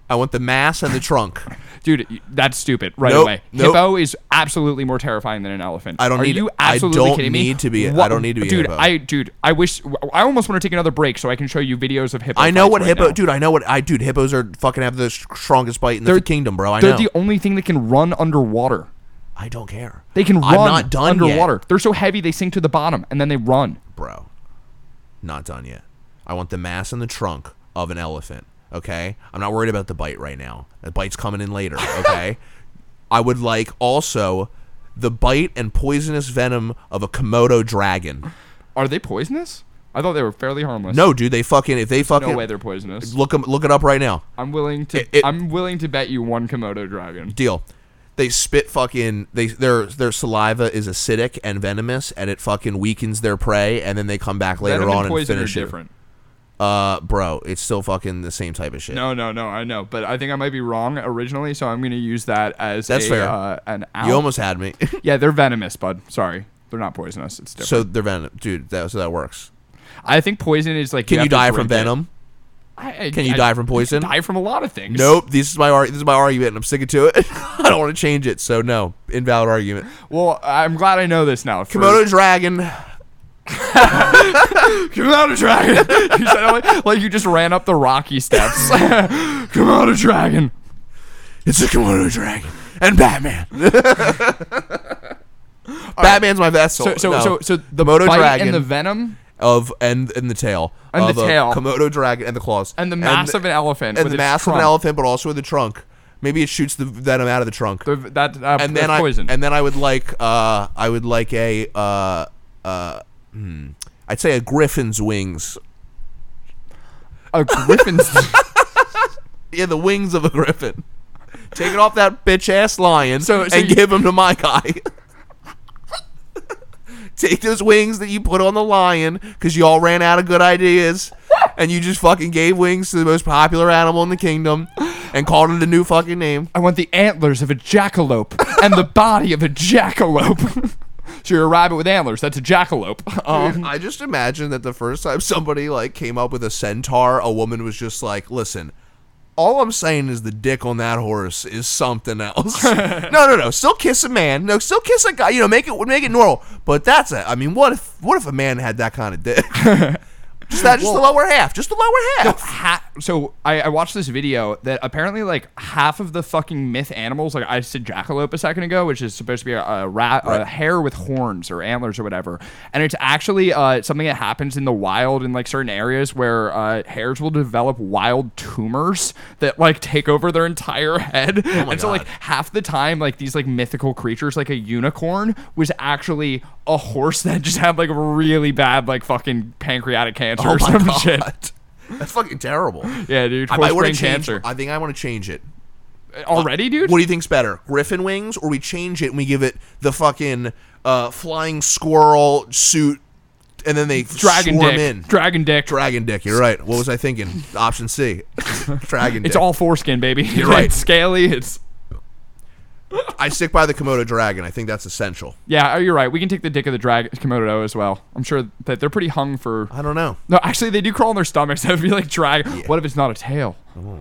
D: I want the mass and the trunk.
C: Dude, y- that's stupid right
D: Nope,
C: away.
D: nope.
C: Hippo is absolutely more terrifying than an elephant.
D: I don't
C: Are
D: need-
C: you
D: I
C: absolutely
D: don't
C: kidding me?
D: need to be- I
C: What-
D: don't need to be a
C: Dude,
D: hippo.
C: I dude, I wish I almost want to take another break so I can show you videos of hippo.
D: I know
C: fights
D: what
C: right
D: hippo,
C: now.
D: dude. I know what I, dude. Hippos are fucking have the sh- strongest bite in the
C: They're-
D: kingdom, bro. I
C: They're
D: know.
C: the only thing that can run underwater.
D: I don't care.
C: They can run
D: I'm not done yet,
C: underwater. They're so heavy they sink to the bottom and then they run.
D: bro. Not done yet. I want the mass and the trunk of an elephant. Okay, I'm not worried about the bite right now. The bite's coming in later. Okay, I would like also the bite and poisonous venom of a Komodo dragon.
C: Are they poisonous? I thought they were fairly harmless.
D: No, dude, they fucking if they fucking
C: no way they're poisonous.
D: look 'em- look it up right now.
C: I'm willing to.
D: It- it-
C: I'm willing to bet you one Komodo dragon.
D: deal. They spit fucking they their their saliva is acidic and venomous and it fucking weakens their prey and then they come back later
C: Venom
D: on
C: and
D: and
C: poison
D: finish
C: are
D: it.
C: different.
D: Uh bro, it's still fucking the same type of shit.
C: No, no, no. I know, but I think I might be wrong originally, so I'm going to use that as
D: That's
C: a,
D: fair.
C: Uh, an out.
D: You almost had me.
C: Yeah, they're venomous, bud. Sorry, they're not poisonous. It's different.
D: so they're venom, dude. That so that works.
C: I think poison is like.
D: Can you,
C: have to
D: die from
C: drink it.
D: venom?
C: I, I-
D: Can you
C: I-
D: die from poison?
C: Die from a lot of things.
D: Nope. This is my ar- this is my argument. and I'm sticking to it. I don't want to change it. So no, invalid argument.
C: Well, I'm glad I know this now. for-
D: Komodo dragon.
C: Komodo dragon. you said it like, like you just ran up the rocky steps. Komodo dragon.
D: It's a Komodo dragon and Batman. Batman's my vessel.
C: So, so,
D: No.
C: so, so the
D: Komodo
C: bite
D: dragon
C: and the venom
D: of and and the tail
C: And
D: of
C: the
D: a
C: tail.
D: Komodo dragon and the claws
C: and the mass of an elephant
D: and
C: with
D: the
C: its
D: mass of
C: trunk.
D: an elephant, but also with the trunk. Maybe it shoots the venom out of the trunk.
C: The- that uh,
D: and then
C: that's
D: I
C: poison.
D: and then I would like uh I would like a uh uh hmm, I'd say a griffin's wings.
C: a griffin's.
D: Yeah, the wings of a griffin. Take it off that bitch ass lion
C: So- so
D: and
C: you-
D: give him to my guy. Take those wings that you put on the lion because you all ran out of good ideas and you just fucking gave wings to the most popular animal in the kingdom and called it a new fucking name.
C: I want the antlers of a jackalope and the body of a jackalope. so you're a rabbit with antlers. That's a jackalope. Um,
D: I just imagine that the first time somebody like came up with a centaur, a woman was just like, "Listen, all I'm saying is the dick on that horse is something else." no, no, no. Still kiss a man. No, still kiss a guy. You know, make it make it normal. But that's it. I mean, what if what if a man had that kind of dick? just that, just the lower half. Just the lower half.
C: ha- so I, I watched this video that apparently like half of the fucking myth animals like i said jackalope a second ago which is supposed to be a, a rat a hare with horns or antlers or whatever and it's actually uh, something that happens in the wild in like certain areas where uh, hares will develop wild tumors that like take over their entire head and so like
D: God.
C: half the time like these like mythical creatures like a unicorn was actually a horse that just had like really bad like fucking pancreatic cancer or some shit
D: That's fucking terrible.
C: yeah, dude.
D: I might
C: horse
D: want
C: brain
D: to change.
C: cancer. Uh,
D: I think I want to change it.
C: already, dude.
D: What do you think's better, Griffin wings, or we change it and we give it the fucking uh, flying squirrel suit, and then they
C: Dragon
D: swarm
C: dick.
D: in.
C: Dragon dick.
D: Dragon dick. You're right. What was I thinking? Option C. Dragon.
C: it's
D: dick.
C: all foreskin, baby. You're
D: right.
C: it's scaly. It's
D: I stick by the Komodo dragon. I think that's essential.
C: yeah. oh, You're right. We can take the dick of the dragon komodo as well. I'm sure that they're pretty hung for.
D: I don't know.
C: No, actually, they do crawl on their stomachs. That would be like drag. What if it's not a tail?
D: Oh.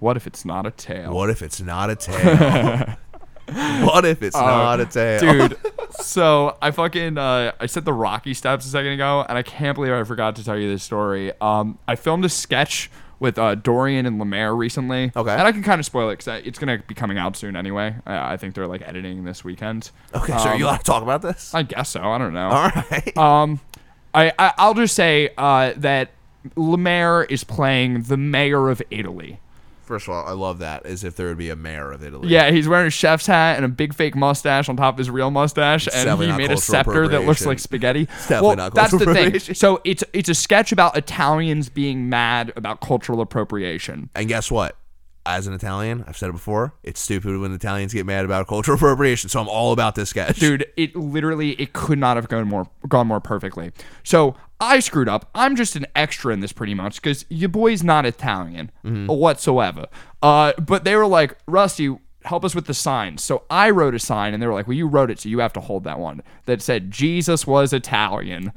C: What if it's not a tail?
D: What if it's not a tail? what if it's not a tail?
C: Uh, dude. so I fucking uh, I said the Rocky steps a second ago, and I can't believe I forgot to tell you this story. Um, I filmed a sketch with uh, Dorian and Lemaire recently.
D: Okay.
C: and I can kind of spoil it because it's gonna be coming out soon anyway. I, I think they're like editing this weekend.
D: Okay, so
C: Um,
D: you want to talk about this?
C: I guess so. I don't know.
D: All right.
C: Um, I, I I'll just say uh, that Lemaire is playing the mayor of Italy.
D: First of all, I love that. As if there would be a mayor of Italy.
C: Yeah, he's wearing a chef's hat and a big fake mustache on top of his real mustache, and
D: definitely
C: he
D: not
C: made a
D: cultural
C: scepter that looks
D: appropriation.
C: like spaghetti.
D: definitely
C: well,
D: not
C: that's the
D: cultural
C: thing.
D: appropriation.
C: So it's it's a sketch about Italians being mad about cultural appropriation.
D: And guess what? As an Italian, I've said it before. It's stupid when Italians get mad about cultural appropriation. So I'm all about this sketch.
C: dude it literally it could not have gone more gone more perfectly so i screwed up i'm just an extra in this pretty much because your boy's not italian whatsoever uh, but they were like rusty help us with the signs so i wrote a sign and they were like well you wrote it so you have to hold that one that said jesus was italian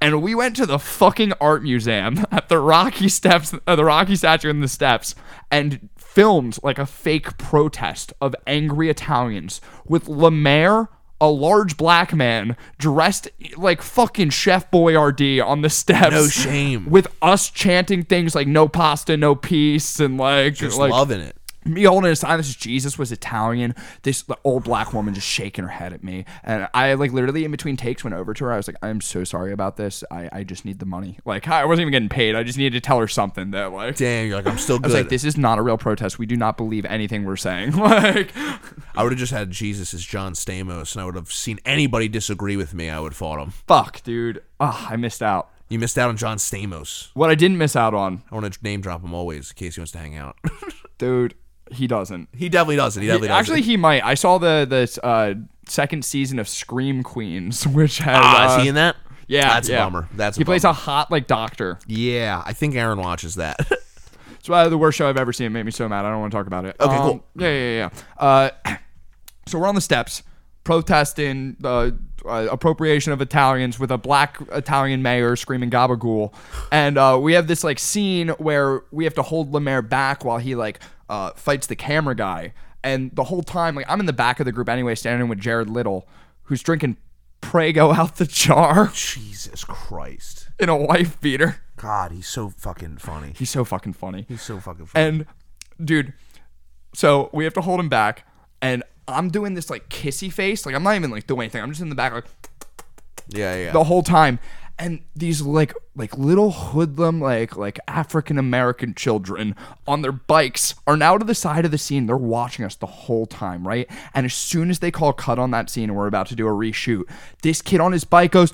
C: and we went to the fucking art museum at the rocky steps uh, the rocky statue in the steps and filmed like a fake protest of angry italians with lemaire a large black man dressed like fucking Chef Boyardee on the steps.
D: No shame.
C: With us chanting things like "No pasta, no peace" and like
D: Just
C: like
D: loving it.
C: me holding a sign that says Jesus was Italian. This the old black woman just shaking her head at me, and I like literally in between takes went over to her. I was like, "I'm so sorry about this. I I just need the money. Like I wasn't even getting paid. I just needed to tell her something that like."
D: Damn, you're like, I'm still
C: I
D: good.
C: was like, this is not a real protest. We do not believe anything we're saying. Like,
D: I would have just had Jesus as John Stamos, and I would have seen anybody disagree with me. I would have fought him.
C: fuck, dude. Ugh, I missed out.
D: You missed out on John Stamos.
C: What I didn't miss out on
D: I want to name drop him always in case he wants to hang out.
C: dude he doesn't
D: he definitely doesn't. He definitely
C: actually
D: doesn't.
C: he might i saw the the uh second season of scream queens which has
D: ah,
C: uh,
D: is he in that?
C: yeah
D: that's
C: yeah.
D: a bummer. That's
C: he
D: a
C: plays
D: bummer.
C: a hot like doctor
D: Yeah, I think Aaron watches that.
C: it's probably the worst show i've ever seen it made me so mad i don't want to talk about it
D: Okay,
C: Um,
D: cool.
C: yeah yeah yeah uh so we're on the steps protesting the uh, appropriation of Italians with a black Italian mayor screaming gabagool. And uh, we have this like scene where we have to hold Lemaire back while he like uh, fights the camera guy. And the whole time, like I'm in the back of the group anyway, standing with Jared Little, who's drinking Prego out the jar
D: Jesus Christ.
C: in a wife beater.
D: God, he's so fucking funny.
C: He's so fucking funny.
D: He's so fucking funny.
C: And dude, so we have to hold him back, and I'm doing this like kissy face, like I'm not even like doing anything. I'm just in the back like
D: yeah, yeah.
C: the whole time. And these like like little hoodlum like like African American children on their bikes are now to the side of the scene. They're watching us the whole time, right? And as soon as they call cut on that scene and we're about to do a reshoot, this kid on his bike goes,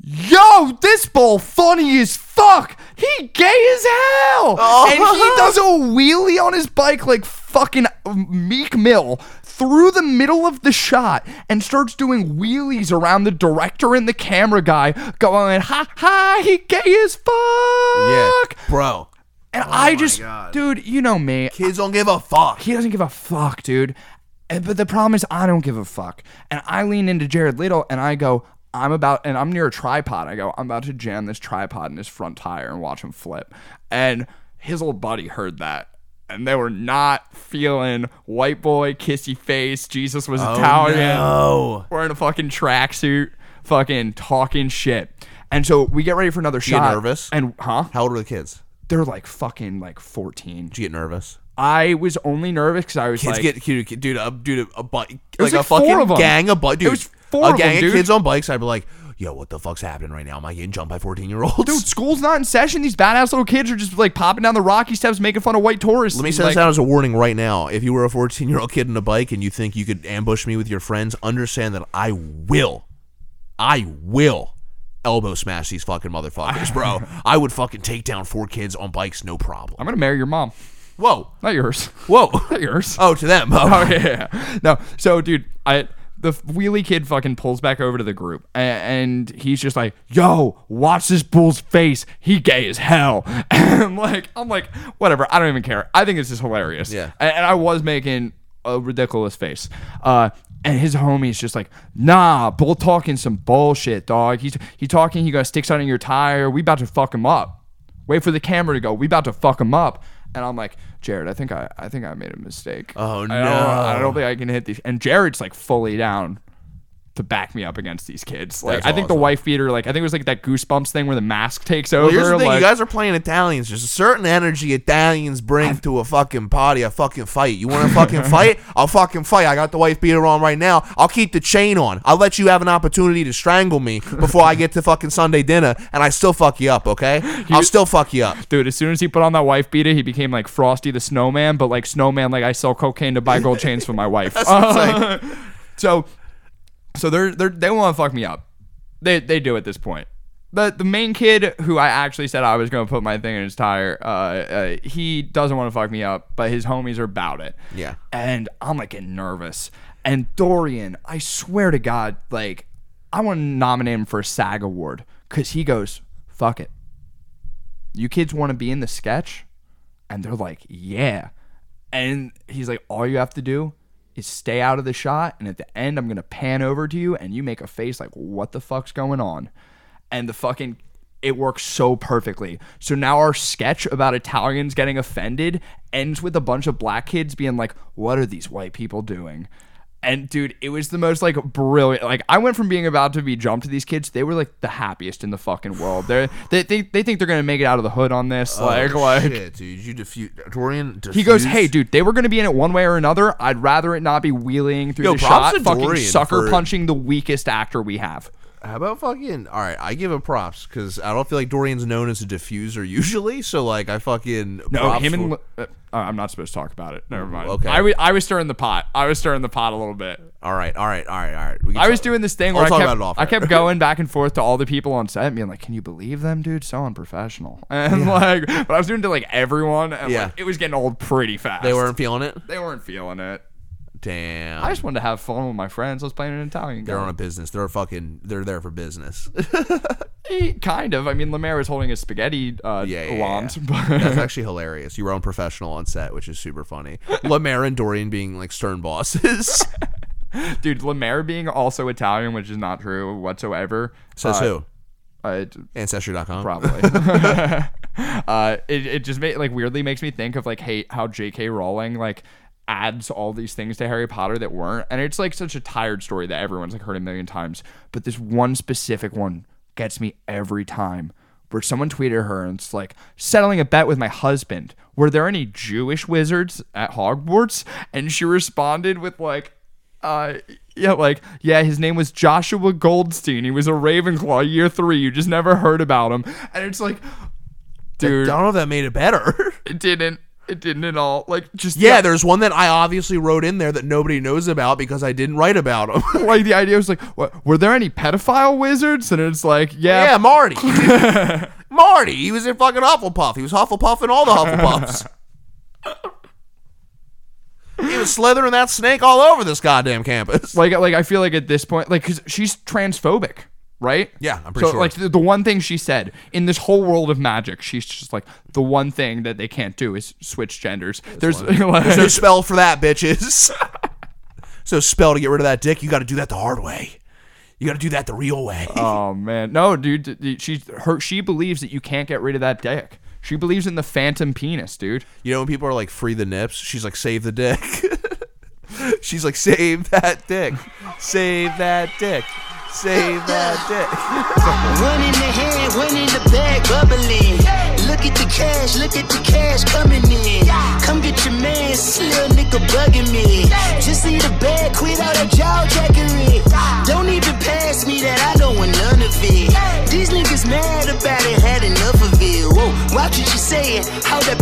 C: Yo, this bull funny as fuck. He gay as hell. And he does a wheelie on his bike like fucking Meek Mill through the middle of the shot and starts doing wheelies around the director and the camera guy going, ha ha, he gay as fuck.
D: yeah. Bro,
C: And I just,
D: God.
C: dude, you know me.
D: kids don't give a fuck.
C: He doesn't give a fuck, dude. And, but the problem is, I don't give a fuck. And I lean into Jared Little and I go, I'm about, and I'm near a tripod. I go, I'm about to jam this tripod in his front tire and watch him flip. And his little buddy heard that. And they were not feeling white boy, kissy face, Jesus was Italian
D: Oh, No.
C: wearing a fucking tracksuit, fucking talking shit. And so we get ready for another
D: you
C: shot.
D: nervous?
C: And huh?
D: How old are the kids?
C: They're like fucking like 14.
D: Did you get nervous?
C: I was only nervous because I was
D: Kids
C: like,
D: get cute, dude. A dude, a bike,
C: was
D: like,
C: like
D: a
C: four
D: fucking
C: of 'em.
D: gang of bikes. Dude,
C: was four
D: a
C: of 'em,
D: gang
C: dude.
D: kids on bikes. I'd be like, yo, what the fuck's happening right now? Am I getting jumped by fourteen year olds?
C: dude, school's not in session. These badass little kids are just like popping down the rocky steps, making fun of white tourists.
D: Let me
C: and,
D: send
C: like,
D: this out as a warning right now. If you were a 14 year old kid on a bike and you think you could ambush me with your friends, understand that I will, I will elbow smash these fucking motherfuckers, bro. I would fucking take down four kids on bikes, no problem.
C: I'm gonna marry your mom.
D: Whoa.
C: Not yours.
D: Whoa.
C: Not yours.
D: Oh, to them. Oh.
C: Oh yeah, yeah. No. So dude, I the wheelie kid fucking pulls back over to the group a- and, and he's just like, "Yo, watch this bull's face. He gay as hell." And I'm like, I'm like, whatever. I don't even care. I think it's just hilarious.
D: Yeah.
C: A- And, I was making a ridiculous face. Uh. And his homie's just like, nah, bull talking some bullshit, dog. He's he talking, he got sticks out in your tire. We about to fuck him up. Wait for the camera to go. We about to fuck him up. And I'm like, Jared, I think I, I think I made a mistake.
D: Oh,
C: I don't, I
D: no.
C: don't think I can hit these. And Jared's like fully down to back me up against these kids. Like
D: That's
C: I think the
D: awesome.
C: wife beater, like I think it was like that goosebumps thing where the mask takes over.
D: Here's the thing,
C: like,
D: you guys are playing Italians. There's a certain energy Italians bring to a fucking party, a fucking fight. You want to fucking fight? I'll fucking fight. I got the wife beater on right now. I'll keep the chain on. I'll let you have an opportunity to strangle me before I get to fucking Sunday dinner, and I still fuck you up, okay? I'll still fuck you up.
C: Dude, as soon as he put on that wife beater, he became like Frosty the Snowman, but like Snowman, like I sell cocaine to buy gold chains for my wife. Uh, so, so they're they're they want to fuck me up. They they do at this point. The the main kid who I actually said I was gonna put my thing in his tire, uh, uh, he doesn't want to fuck me up, but his homies are about it.
D: Yeah.
C: and I'm like getting nervous. And Dorian, I swear to God, like I want to nominate him for a SAG award because he goes, "Fuck it." you kids want to be in the sketch? And they're like, yeah. And he's like, all you have to do is stay out of the shot. And at the end, I'm going to pan over to you and you make a face like, what the fuck's going on? And the fucking, it works so perfectly. So now our sketch about Italians getting offended ends with a bunch of black kids being like, what are these white people doing? And dude, it was the most like brilliant. Like I went from being about to be jumped to these kids, they were like the happiest in the fucking world. They're, they they they think they're gonna make it out of the hood on this. like like
D: Shit, dude. You defuse. Dorian
C: he goes,
D: defused-
C: hey dude, they were gonna be in it one way or another. I'd rather it not be wheeling through
D: Yo,
C: the
D: props
C: shot,
D: to
C: fucking
D: Dorian
C: sucker
D: for-
C: punching the weakest actor we have.
D: How about fucking? All right, I give him props because I don't feel like Dorian's known as a diffuser usually. So like, I fucking
C: No,
D: props
C: him and
D: for-
C: Li- uh, I'm not supposed to talk about it. Never mind.
D: okay.
C: I wa- I was stirring the pot. I was stirring the pot a little bit.
D: all right, all right, all right, all right. We can
C: I was
D: talk-
C: doing this thing
D: I'll
C: where I
D: talk
C: kept,
D: about it off
C: I
D: air.
C: kept going back and forth to all the people on set and being like, can you believe them, dude? So unprofessional. And like, but I was doing it to like everyone and
D: Yeah.
C: like, it was getting old pretty fast.
D: They weren't feeling it.
C: they weren't feeling it.
D: Damn.
C: I just wanted to have fun with my friends. I was playing an Italian
D: they're on
C: game.
D: a business. They're fucking. They're there for business.
C: Eh, Kind of. I mean, Lemaire was holding his spaghetti uh,
D: Yeah, yeah, yeah.
C: wand.
D: That's
C: But
D: actually hilarious. You were on professional on set, which is super funny. Lemaire and Dorian being like stern bosses.
C: dude, Lemaire being also Italian, which is not true whatsoever.
D: Says
C: uh,
D: who?
C: uh,
D: Ancestry.com.
C: probably. uh, it, it just made like weirdly makes me think of like hey how J.K. Rowling like adds all these things to Harry Potter that weren't, and it's like such a tired story that everyone's like heard a million times, but this one specific one gets me every time. Where someone tweeted her and it's like settling a bet with my husband. Were there any Jewish wizards at Hogwarts? And she responded with like, uh, yeah, like, yeah, his name was Joshua Goldstein. He was a Ravenclaw year three. You just never heard about him. And it's like,
D: I
C: dude,
D: don't know if that made it better.
C: it didn't. It didn't at all. Like, just
D: yeah, there's one that I obviously wrote in there that nobody knows about because I didn't write about him.
C: like the idea was like, what, were there any pedophile wizards? And it's like, yeah,
D: yeah, Marty. Marty. He was in fucking Hufflepuff. He was Hufflepuff and all the Hufflepuffs. he was slithering that snake all over this goddamn campus.
C: like, like I feel like at this point, like, cause she's transphobic, right?
D: Yeah, I'm pretty
C: so,
D: sure.
C: Like the, the one thing she said in this whole world of magic, she's just like the one thing that they can't do is switch genders. There's like,
D: There's no spell for that, bitches. so spell to get rid of that dick, you got to do that the hard way. You got to do that the real way.
C: Oh man, no, dude. d- d- She her she believes that you can't get rid of that dick. She believes in the phantom penis, dude.
D: you know when people are like free the nips, she's like save the dick. she's like save that dick. Save that dick. Save that dick.
E: One in the hand, one in the bag, bubbling. Look at the cash, look at the cash coming in. Come get your man, this little nigga bugging me. Just see the bag, quit all that jaw jackery. Don't need to pass me that, I don't want none of it. These niggas mad about it, had enough of it. Whoa, watch what you saying, how that